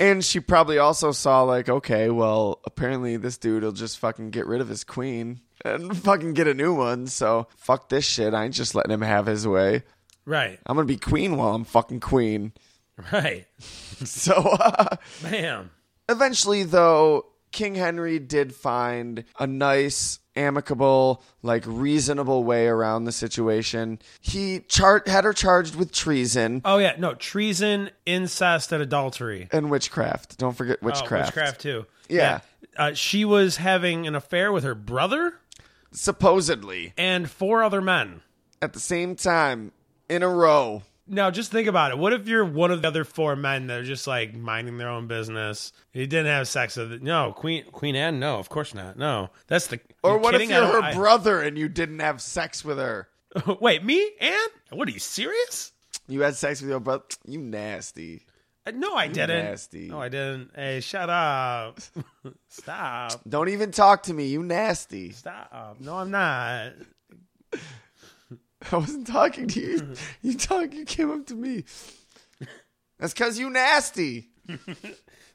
A: And she probably also saw, like, okay, well, apparently this dude will just fucking get rid of his queen and fucking get a new one. So fuck this shit. I ain't just letting him have his way.
B: Right,
A: I'm going to be queen while I'm fucking queen.
B: right.
A: So, uh,
B: Bam.
A: Eventually, though, King Henry did find a nice, amicable, like reasonable way around the situation. He char- had her charged with treason
B: Oh yeah, no treason, incest, and adultery.
A: and witchcraft. Don't forget witchcraft.
B: Oh, witchcraft too.
A: Yeah.
B: Uh, she was having an affair with her brother
A: Supposedly,
B: and four other men.
A: at the same time, in a row.
B: Now, just think about it. What if you're one of the other four men that are just like minding their own business? You didn't have sex with no Queen Queen Anne. No, of course not. No, that's the.
A: Or what if
B: kidding? I
A: you're her
B: don't- I-
A: brother and you didn't have sex with her?
B: Wait, me Anne? What are you serious?
A: You had sex with your brother? You nasty.
B: Uh, No, I didn't.
A: nasty.
B: No, I didn't. Hey, shut up! Stop!
A: Don't even talk to me. You nasty.
B: Stop! No, I'm not.
A: I wasn't talking to you. You talk. You came up to me. That's because you nasty.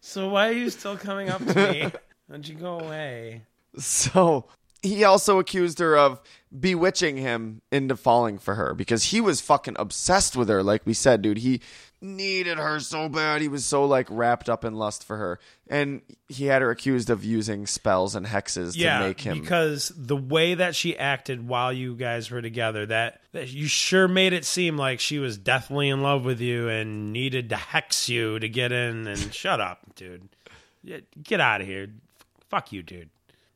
B: So why are you still coming up to me? Why don't you go away?
A: So he also accused her of bewitching him into falling for her because he was fucking obsessed with her. Like we said, dude, he needed her so bad. He was so like wrapped up in lust for her, and he had her accused of using spells and hexes to make him.
B: because the way that she acted while you guys were together that, that you sure made it seem like she was deathly in love with you and needed to hex you to get in and shut up dude Yeah, get out of here fuck you dude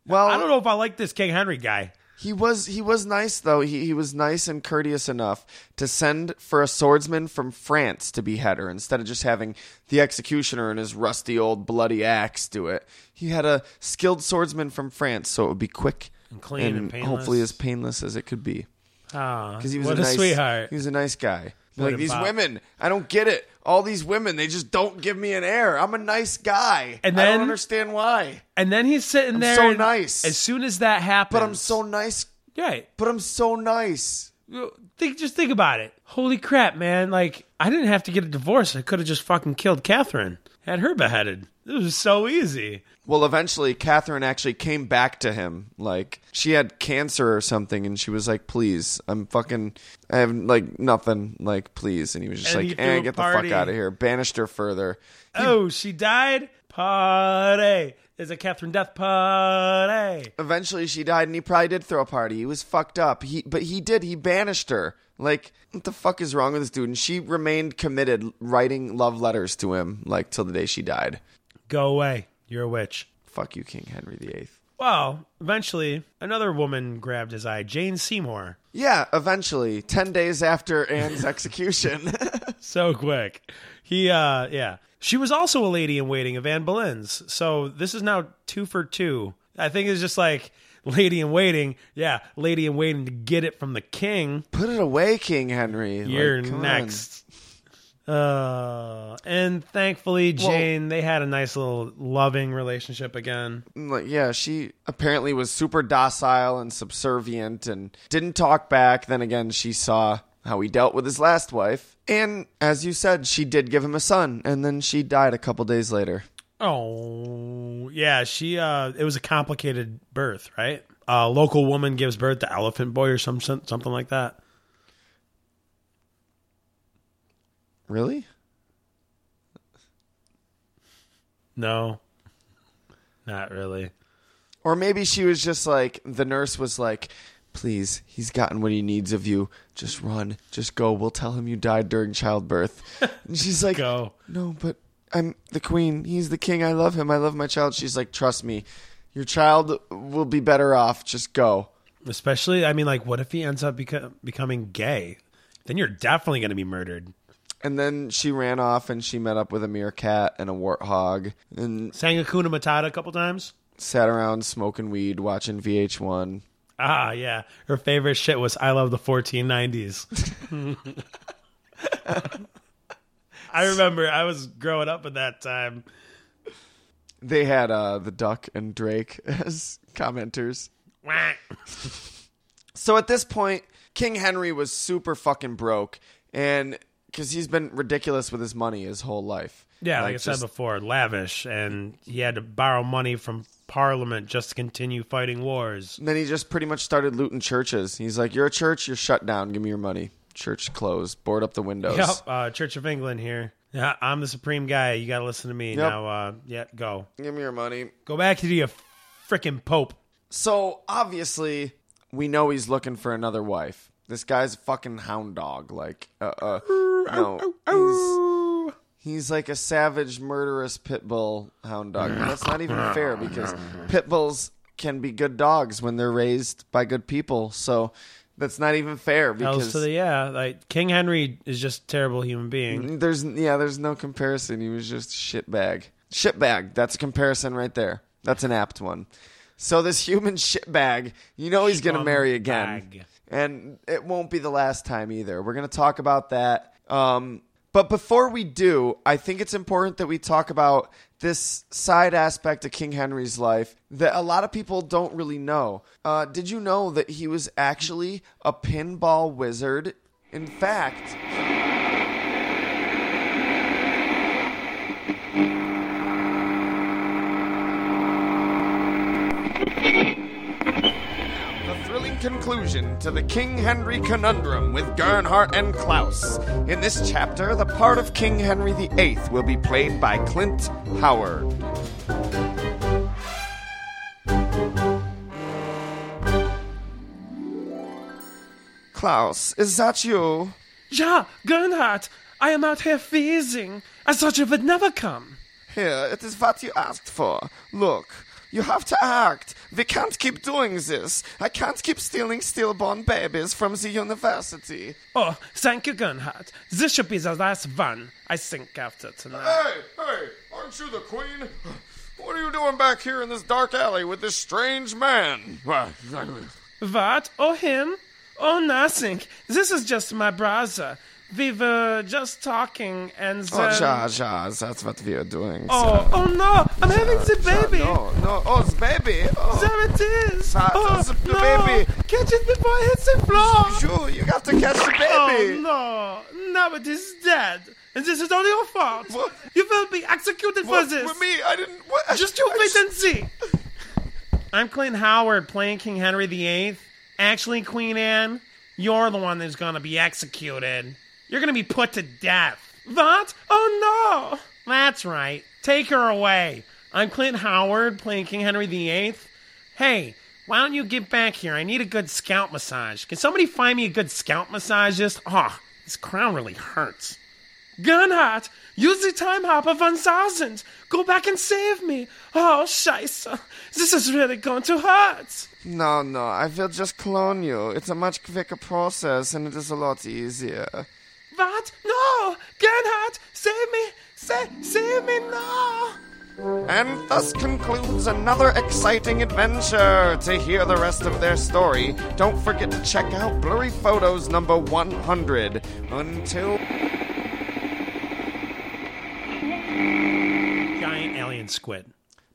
A: well,
B: i don't know if i like this king henry guy
A: He was he was nice though. He he was nice and courteous enough to send for a swordsman from France to behead her instead of just having the executioner and his rusty old bloody axe do it. He had a skilled swordsman from France, so it would be quick and
B: clean and painless.
A: hopefully as painless as it could be.
B: Ah,
A: Because he was
B: what
A: a, nice,
B: sweetheart
A: He was a nice guy. like
B: a
A: these
B: bop.
A: women, I don't get it. All these women, they just don't give me an air. I'm a nice guy,
B: And
A: I
B: then-
A: don't understand why.
B: and then he's sitting there
A: so
B: and
A: nice.
B: as soon as that happens
A: But I'm so nice.
B: right
A: But I'm so nice.
B: think just think about it. Holy crap, man! Like I didn't have to get a divorce. I could have just fucking killed Catherine, had her beheaded. This was so easy.
A: Well, eventually, Catherine actually came back to him. Like she had cancer or something, and she was like, "Please, I'm fucking, I have like nothing, like please." And he was just
B: And he
A: like,
B: threw
A: "Eh,
B: a
A: get the
B: party.
A: fuck out of here." Banished her further.
B: Oh, she died. Party is a Catherine death party.
A: Eventually, she died, and he probably did throw a party. He was fucked up. He, but he did. He banished her. Like, what the fuck is wrong with this dude? And she remained committed, writing love letters to him, like till the day she died.
B: Go away. You're a witch.
A: Fuck you, King Henry VIII.
B: Well, eventually, another woman grabbed his eye. Jane Seymour.
A: Yeah, eventually, ten days after Anne's execution.
B: So quick. He, uh, yeah. She was also a lady in waiting of Anne Boleyn's. So this is now two for two. I think it's just like lady in waiting. Yeah, lady in waiting to get it from the king.
A: Put it away, King Henry. Like,
B: You're
A: come on.
B: next. Uh, and thankfully, Jane, they had a nice little loving relationship again.
A: Like, yeah, she apparently was super docile and subservient and didn't talk back. Then again, she saw how he dealt with his last wife. And as you said, she did give him a son, and then she died a couple days later.
B: Oh, yeah. She, uh, it was a complicated birth, right? A local woman gives birth to Elephant Boy or some, something like that.
A: Really?
B: No, not really.
A: Or maybe she was just like, the nurse was like, please, he's gotten what he needs of you. Just run. Just go. We'll tell him you died during childbirth. And she's like,
B: Go.
A: No, but I'm the queen. He's the king. I love him. I love my child. She's like, trust me, your child will be better off. Just go.
B: Especially, I mean, like, what if he ends up beco- becoming gay? Then you're definitely going to be murdered.
A: And then she ran off and she met up with a meerkat and a warthog and
B: Sang Hakuna Matata a couple times.
A: sat around smoking weed, watching VH1.
B: Ah, yeah. Her favorite shit was I Love the 1490s. I remember I was growing up at that time.
A: They had uh, the duck and Drake as commenters.
B: Wah.
A: So at this point, King Henry was super fucking broke, and because he's been ridiculous with his money his whole life.
B: Yeah, like, I
A: just-
B: said before, lavish, and he had to borrow money from Parliament just to continue fighting wars.
A: And then he just pretty much started looting churches. He's like, "You're a church. You're shut down. Give me your money." Church closed. Board up the windows.
B: Yep, uh, Church of England here. Yeah, I'm the supreme guy. You got to listen to me now. Uh, yeah, go,
A: Give me your money.
B: go back to your freaking pope.
A: So obviously, we know he's looking for another wife. This guy's a fucking hound dog. Like, uh, uh, no, he's he's like a savage, murderous pit bull hound dog. And that's not even fair because pit bulls can be good dogs when they're raised by good people. So that's not even fair
B: Else
A: because
B: to the yeah, like King Henry is just a terrible human being.
A: there's yeah, there's no comparison. He was just shitbag. Shitbag. That's a comparison right there. That's an apt one. So this human shitbag, you know he's gonna marry again.
B: Scumbag.
A: And it won't be the last time either. We're gonna talk about that. Um but before we do, I think it's important that we talk about this side aspect of King Henry's life that a lot of people don't really know. Uh, did you know that he was actually a pinball wizard? In fact, The thrilling conclusion to the King Henry conundrum with Gernhardt and Klaus. In this chapter, the part of King Henry VIII will be played by Clint Howard. Klaus, is that you?
B: Ja, Gernhardt, I am out here freezing, as such it would never come.
A: Here, it is what you asked for. Look, you have to act. We can't keep doing this. I can't keep stealing stillborn babies from the university.
B: Oh, thank you, Gernhardt. This should be the last one, I think, after tonight.
A: Hey, hey, aren't you the queen? What are you doing back here in this dark alley with this strange man?
B: What? Oh, him? Oh, nothing. This is just my brother. We were just talking and then...
A: Oh, ja, ja, that's what we are doing.
B: oh, oh, no, I'm having the baby.
A: No, no, oh, it's baby. Oh,
B: There it is.
A: Ah,
B: oh,
A: it's the
B: no.
A: baby.
B: Catch it before it hits the floor.
A: you, you got to catch the baby.
B: Oh no! Now it is dead, and this is all your fault.
A: What?
B: You will be executed for
A: What,
B: this.
A: with me, I didn't. What?
B: Just you
A: I
B: wait and see. I'm Clint Howard playing King Henry VIII. Actually, Queen Anne, you're the one that's gonna be executed. You're gonna be put to death. What? Oh no! That's right. Take her away. I'm Clint Howard playing King Henry VIII. Hey, why don't you get back here? I need a good scalp massage. Can somebody find me a good scalp massagist? Oh, this crown really hurts. Gernhardt, use the time hopper 1000. Go back and save me. Oh, scheiße. This is really going to hurt.
A: No, no, I will just clone you. It's a much quicker process and it is a lot easier.
B: What? No! Gernhardt, save me! Sa- save me now!
A: And thus concludes another exciting adventure. To hear the rest of their story, don't forget to check out Blurry Photos number 100. Until.
B: Giant alien squid.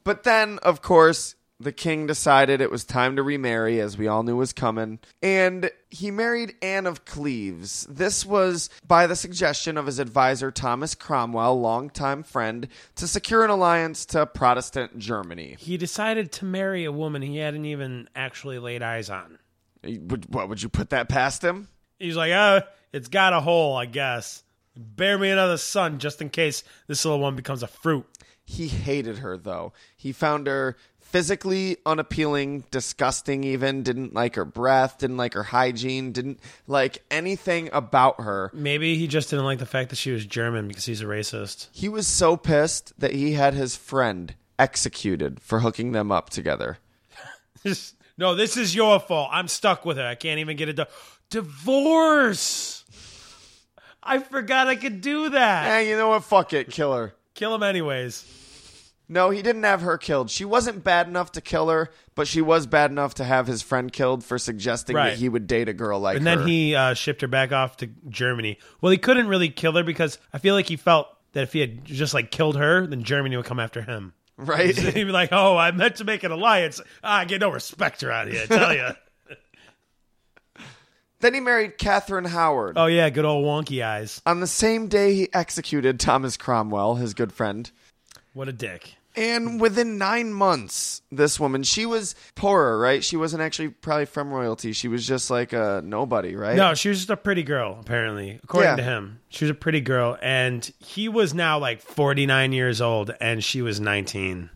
A: But then, of course, the king decided it was time to remarry, as we all knew was coming. And he married Anne of Cleves. This was by the suggestion of his advisor, Thomas Cromwell, longtime friend, to secure an alliance to Protestant Germany.
B: He decided to marry a woman he hadn't even actually laid eyes on.
A: Would- What, would you put that past him?
B: He's like, oh, it's got a hole, I guess. Bear me another son just in case this little one becomes a fruit.
A: He hated her though. He found her physically unappealing, disgusting even, didn't like her breath, didn't like her hygiene, didn't like anything about her.
B: Maybe he just didn't like the fact that she was German because he's a racist.
A: He was so pissed that he had his friend executed for hooking them up together.
B: This- no, this is your fault. I'm stuck with her. I can't even get a di- divorce. I forgot I could do that.
A: Hey, you know what? Fuck it, kill her.
B: Kill him anyways.
A: No, he didn't have her killed. She wasn't bad enough to kill her, but she was bad enough to have his friend killed for suggesting
B: Right.
A: that he would date a girl like
B: And
A: her.
B: then he uh, shipped her back off to Germany. Well, he couldn't really kill her because I feel like he felt that if he had just like killed her, then Germany would come after him.
A: right?
B: He'd be like, "Oh, I meant to make an alliance. Ah, I get no respect around here. I tell you."
A: Then he married Catherine Howard.
B: Oh yeah, good old wonky eyes.
A: On the same day, he executed Thomas Cromwell, his good friend.
B: What a dick.
A: And within nine months, this woman, she was poorer, right? She wasn't actually probably from royalty. She was just like a nobody, right?
B: No, she was just a pretty girl, apparently, according
A: Yeah.
B: to him. She was a pretty girl, and he was now like 49 years old, and she was 19,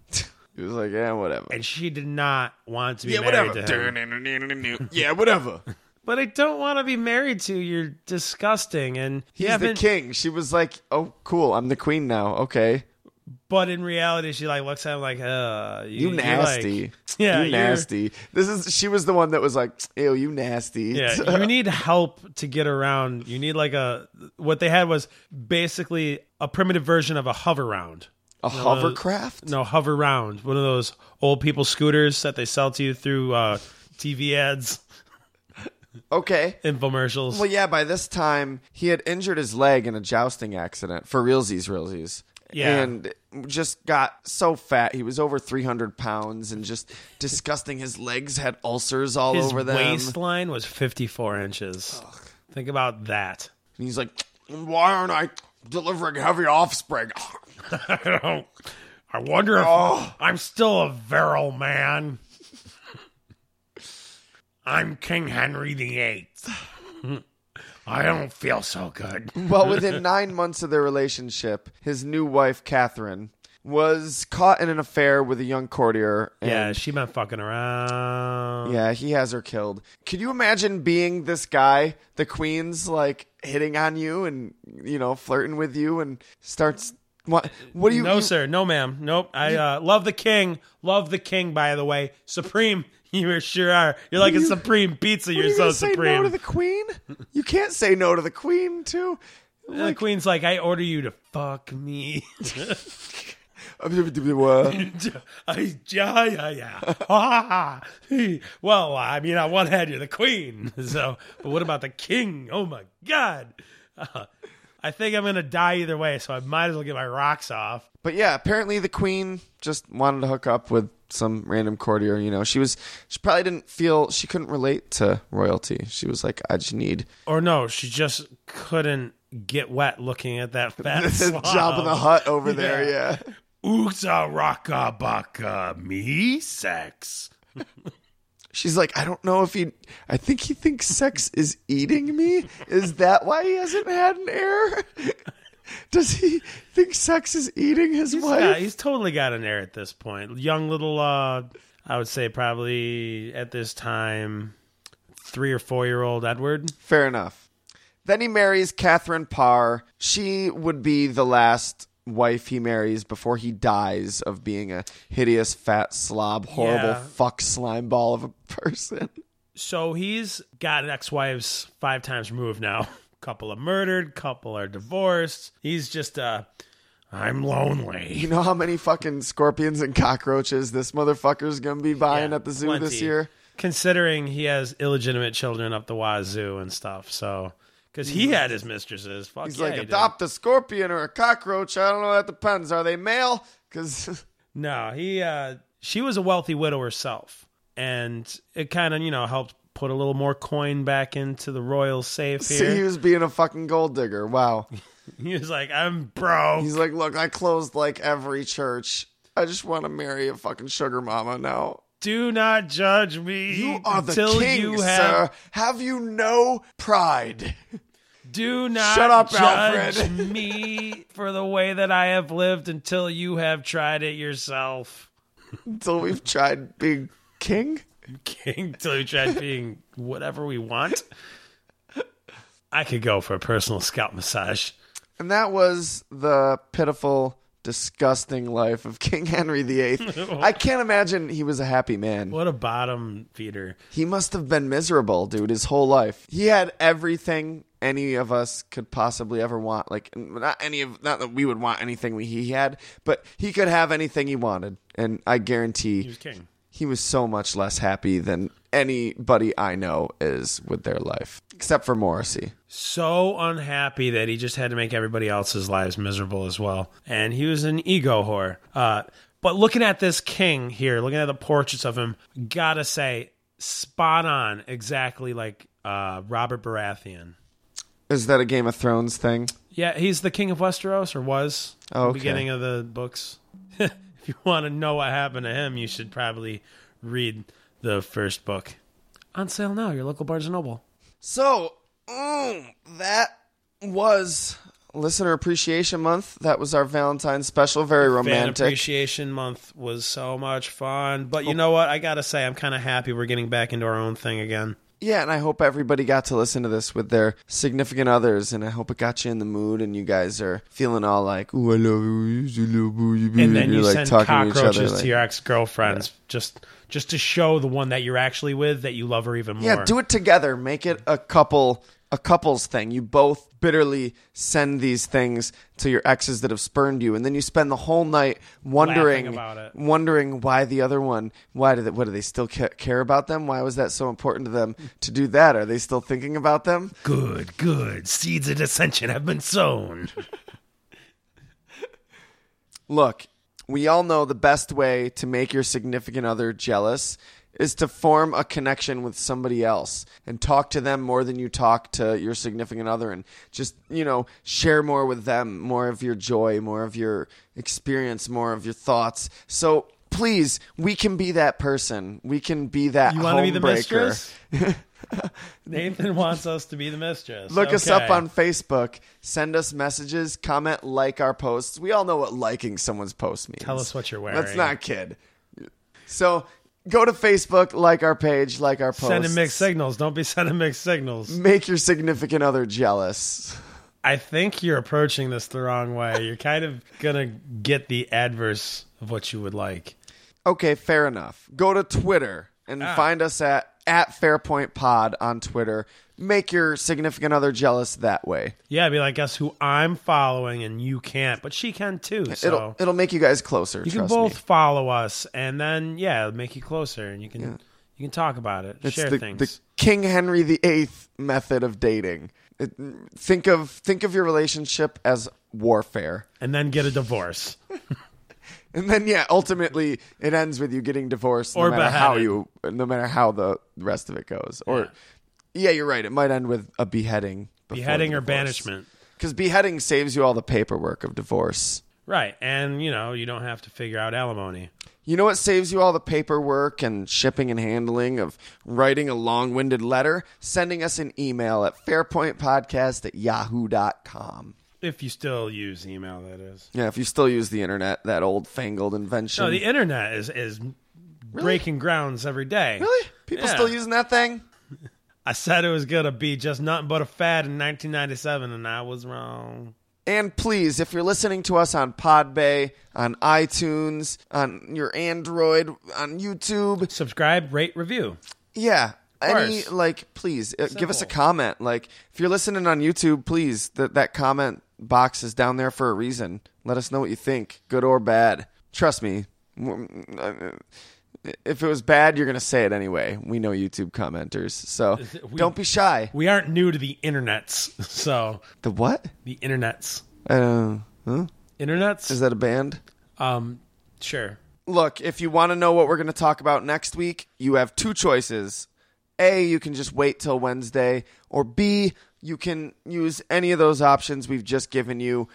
A: He was like, yeah, whatever.
B: and she did not want to be
A: Yeah,
B: married
A: whatever.
B: to him.
A: Yeah, whatever.
B: But I don't want to be married to you. You're disgusting, and
A: He's
B: yeah,
A: the king. She was like, oh, cool. I'm the queen now. Okay.
B: But in reality, she like looks at him like, uh,
A: You
B: you're, like-
A: nasty.
B: yeah,
A: you
B: you're-
A: nasty. This is she was the one that was like, ew, you nasty.
B: Yeah, you need help to get around. You need like a what they had was basically a primitive version of a hover round.
A: a hovercraft?
B: No, hover round, one of those old people scooters that they sell to you through uh, TV ads,
A: Okay.
B: infomercials.
A: Well, yeah, by this time, he had injured his leg in a jousting accident for realsies, realsies.
B: Yeah.
A: And just got so fat. He was over 300 pounds and just disgusting. His legs had ulcers all
B: His
A: over them.
B: waistline was 54 inches. Think about that.
A: And he's like, why aren't I delivering heavy offspring?
B: I don't. I wonder if
A: Oh.
B: I'm still a virile man. I'm King Henry VIII. I don't feel so good.
A: well, within nine months of their relationship, his new wife, Catherine, was caught in an affair with a young courtier. And
B: Yeah, she been fucking around.
A: Yeah, he has her killed. Could you imagine being this guy, the queen's like hitting on you and you know flirting with you and starts what? What do you?
B: No,
A: you-
B: sir. No, ma'am. Nope. I uh, love the king. Love the king, by the way. Supreme. You sure are. You're like a supreme pizza.
A: what
B: You're
A: are you
B: so
A: gonna say
B: supreme.
A: no to the queen? You can't say no to the queen too.
B: And the queen's like, I order you to fuck me. I, yeah, yeah, yeah. Ah, he- well, I mean, on one hand, you're the queen. So, but what about the king? Oh my God. Uh, I think I'm going to die either way, so I might as well get my rocks off.
A: But yeah, apparently the queen just wanted to hook up with some random courtier. You know, she was she probably didn't feel she couldn't relate to royalty. She was like, I just need
B: Or no, she just couldn't get wet looking at that fat slob.
A: job in the hut over there. Yeah.
C: Ooza rocka baka me sex.
A: She's like, I don't know if he. I think he thinks sex is eating me. Is that why he hasn't had an heir? Does he think sex is eating his wife?
B: Yeah, he's totally got an air at this point. Young little, uh, I would say probably at this time, three or four year old Edward.
A: Fair enough. Then he marries Catherine Parr. She would be the last wife he marries before he dies of being a hideous, fat slob, horrible
B: Yeah.
A: fuck slime ball of a person.
B: So he's got ex-wives five times removed now. Couple are murdered, couple are divorced. He's just uh I'm lonely.
A: You know how many fucking scorpions and cockroaches this motherfucker's gonna be buying
B: Yeah,
A: at the zoo this
B: plenty.
A: year?
B: Considering he has illegitimate children up the wazoo and stuff, so because he had his mistresses. Fuck
A: He's
B: yeah,
A: like,
B: he did.
A: adopt a scorpion or a cockroach. I don't know. That depends. Are they male? Because
B: No, he uh she was a wealthy widow herself. And it kind of, you know, helped put a little more coin back into the royal safe
A: see, he
B: here.
A: was being a fucking gold digger. Wow.
B: he was like, I'm broke.
A: He's like, look, I closed like every church. I just want to marry a fucking sugar mama now.
B: Do not judge me.
A: You are the
B: until
A: king,
B: you have
A: sir. Have you no pride?
B: Do not
A: Shut up,
B: judge
A: Alfred.
B: me for the way that I have lived until you have tried it yourself.
A: Until we've tried being king.
B: King, till you tried being whatever we want. I could go for a personal scalp massage.
A: And that was the pitiful, disgusting life of King Henry VIII. I can't imagine he was a happy man.
B: What a bottom feeder.
A: He must have been miserable, dude, his whole life. He had everything any of us could possibly ever want. Like not any of not that we would want anything we, he had, but he could have anything he wanted. And I guarantee
B: He was king.
A: he was so much less happy than anybody I know is with their life, except for Morrissey.
B: So unhappy that he just had to make everybody else's lives miserable as well. And he was an ego whore. Uh, but looking at this king here, looking at the portraits of him, gotta say, spot on, exactly like uh, Robert Baratheon.
A: Is that a Game of Thrones thing?
B: Yeah, he's the king of Westeros, or was
A: Oh, okay.
B: beginning of the books. if you want to know what happened to him, you should probably read the first book. On sale now, your local Barnes and Noble.
A: So, mm, that was Listener Appreciation Month. That was our Valentine's special. Very
B: Fan
A: romantic. Oh.
B: Appreciation Month was so much fun, but you know what? I gotta say, I'm kind of happy we're getting back into our own thing again.
A: yeah, and I hope everybody got to listen to this with their significant others, and I hope it got you in the mood, and you guys are feeling all like, "Ooh, I love you," you little boo,"
B: And then
A: you're,
B: you
A: like
B: send
A: talking to each
B: cockroaches
A: other,
B: to,
A: like-
B: your ex girlfriends just just to show the one that you're actually with that you love her even more.
A: Yeah, do it together. Make it a couple a couples thing. You both bitterly send these things to your exes that have spurned you, and then you spend the whole night wondering
B: Laughing about it.
A: wondering why the other one why did they, what do they still ca- care about them? Why was that so important to them to do that? Are they still thinking about them?
C: Good, good. Seeds of dissension have been sown.
A: Look, we all know the best way to make your significant other jealous is to form a connection with somebody else and talk to them more than you talk to your significant other and just, you know, share more with them, more of your joy, more of your experience, more of your thoughts. So please, we can be that person. We can be that
B: You
A: homebreaker.
B: want to be the mistress? Nathan wants us to be the mistress.
A: Look us up
B: Okay.
A: on Facebook. Send us messages. Comment, like our posts. We all know what liking someone's post means.
B: Tell us what you're wearing.
A: Let's not kid. So go to Facebook, like our page, like our posts.
B: sending mixed signals. Don't be sending mixed signals.
A: Make your significant other jealous.
B: I think you're approaching this the wrong way. You're kind of gonna get the adverse of what you would like.
A: Okay, fair enough. Go to Twitter and
B: Ah.
A: find us at at Fairpoint Pod on Twitter. Make your significant other jealous that way.
B: Yeah, be like, guess who I'm following and you can't, but she can too. So
A: It'll it'll make you guys closer.
B: you can
A: trust
B: both
A: me.
B: follow us, and then yeah, it'll make you closer, and you can you can talk about it,
A: It's
B: share
A: the,
B: things.
A: the King Henry VIII method of dating. It, think of think of your relationship as warfare.
B: and then get a divorce.
A: And then yeah, ultimately it ends with you getting divorced
B: Or
A: no matter how
B: beheaded.
A: you no matter how the rest of it goes. Or yeah, you're right. It might end with a beheading.
B: Beheading or banishment.
A: Because beheading saves you all the paperwork of divorce.
B: Right. And you know, you don't have to figure out alimony.
A: You know what saves you all the paperwork and shipping and handling of writing a long winded letter? Sending us an email at fairpointpodcast at yahoo.com.
B: If you still use email, that is.
A: Yeah, if you still use the internet, that old fangled invention.
B: No, the internet is is breaking grounds every day.
A: really? People
B: Yeah.
A: still using that thing?
B: I said it was gonna be just nothing but a fad in 1997, and I was wrong.
A: And please, if you're listening to us on Podbay, on iTunes, on your Android, on YouTube,
B: Subscribe, rate, review.
A: yeah, any
B: course.
A: like, please uh, give us a
B: Simple.
A: comment. Like, if you're listening on YouTube, please that that comment box is down there for a reason. Let us know what you think, good or bad. Trust me, mm, uh, if it was bad, you're gonna say it anyway. We know YouTube commenters, so
B: we-
A: don't be shy.
B: We aren't new to the internets, so
A: The what?
B: the internets,
A: Uh, huh?
B: internets.
A: Is that a band?
B: um, sure.
A: look, if you want to know what we're going to talk about next week, you have two choices. A, you can just wait till Wednesday, or B, you can use any of those options we've just given you.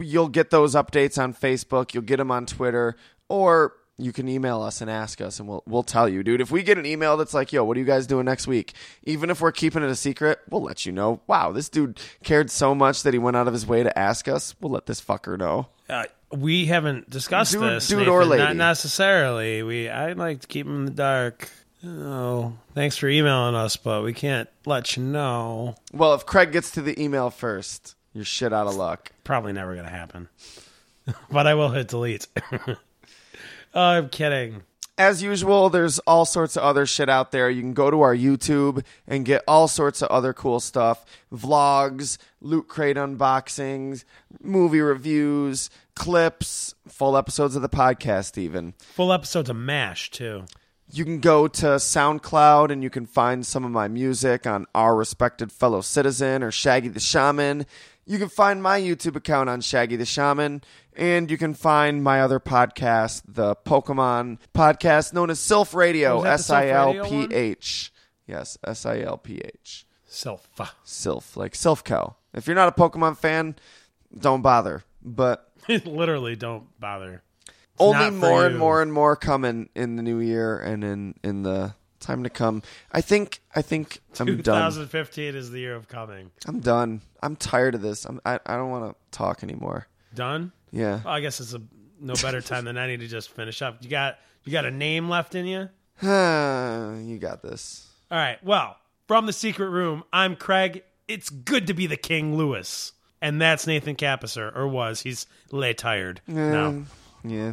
A: You'll get those updates on Facebook, you'll get them on Twitter, or you can email us and ask us and we'll we'll tell you, dude. If we get an email that's like, "Yo, what are you guys doing next week?" Even if we're keeping it a secret, we'll let you know. Wow, this dude cared so much that he went out of his way to ask us. We'll let this fucker know.
B: Uh, we haven't discussed
A: Dude-
B: this,
A: dude
B: Nathan.
A: or lady.
B: Not necessarily. We I like to keep them in the dark. Oh, thanks for emailing us, but we can't let you know.
A: Well, if Craig gets to the email first, you're shit out of luck.
B: Probably never gonna happen. but I will hit delete. Oh, I'm kidding.
A: As usual, there's all sorts of other shit out there. You can go to our YouTube and get all sorts of other cool stuff vlogs, loot crate unboxings, movie reviews, clips, full episodes of the podcast, even.
B: Full episodes of Mash too.
A: You can go to SoundCloud and you can find some of my music on Our Respected Fellow Citizen or Shaggy the Shaman. You can find my YouTube account on Shaggy the Shaman, and you can find my other podcast, the Pokemon podcast known as Sylph Radio,
B: Oh, is that the
A: S
B: Sylph
A: I
B: Radio
A: L P H. Yes, S I L P H.
B: Self.
A: Sylph, like Sylph Cow. If you're not a Pokemon fan, don't bother. But
B: Literally, don't bother.
A: only
B: not for
A: more and
B: you.
A: more and more coming in the new year and in in the time to come. I think I think I'm done.
B: 2015 is the year of coming.
A: I'm done. I'm tired of this. I'm, I I don't want to talk anymore.
B: Done.
A: Yeah.
B: Well, I guess it's a no better time than any to just finish up. You got you got a name left in you.
A: you got this.
B: All right. Well, from the secret room, I'm Craig. It's good to be the King Lewis, and that's Nathan Capisser, or was he's lay tired now.
A: Yeah.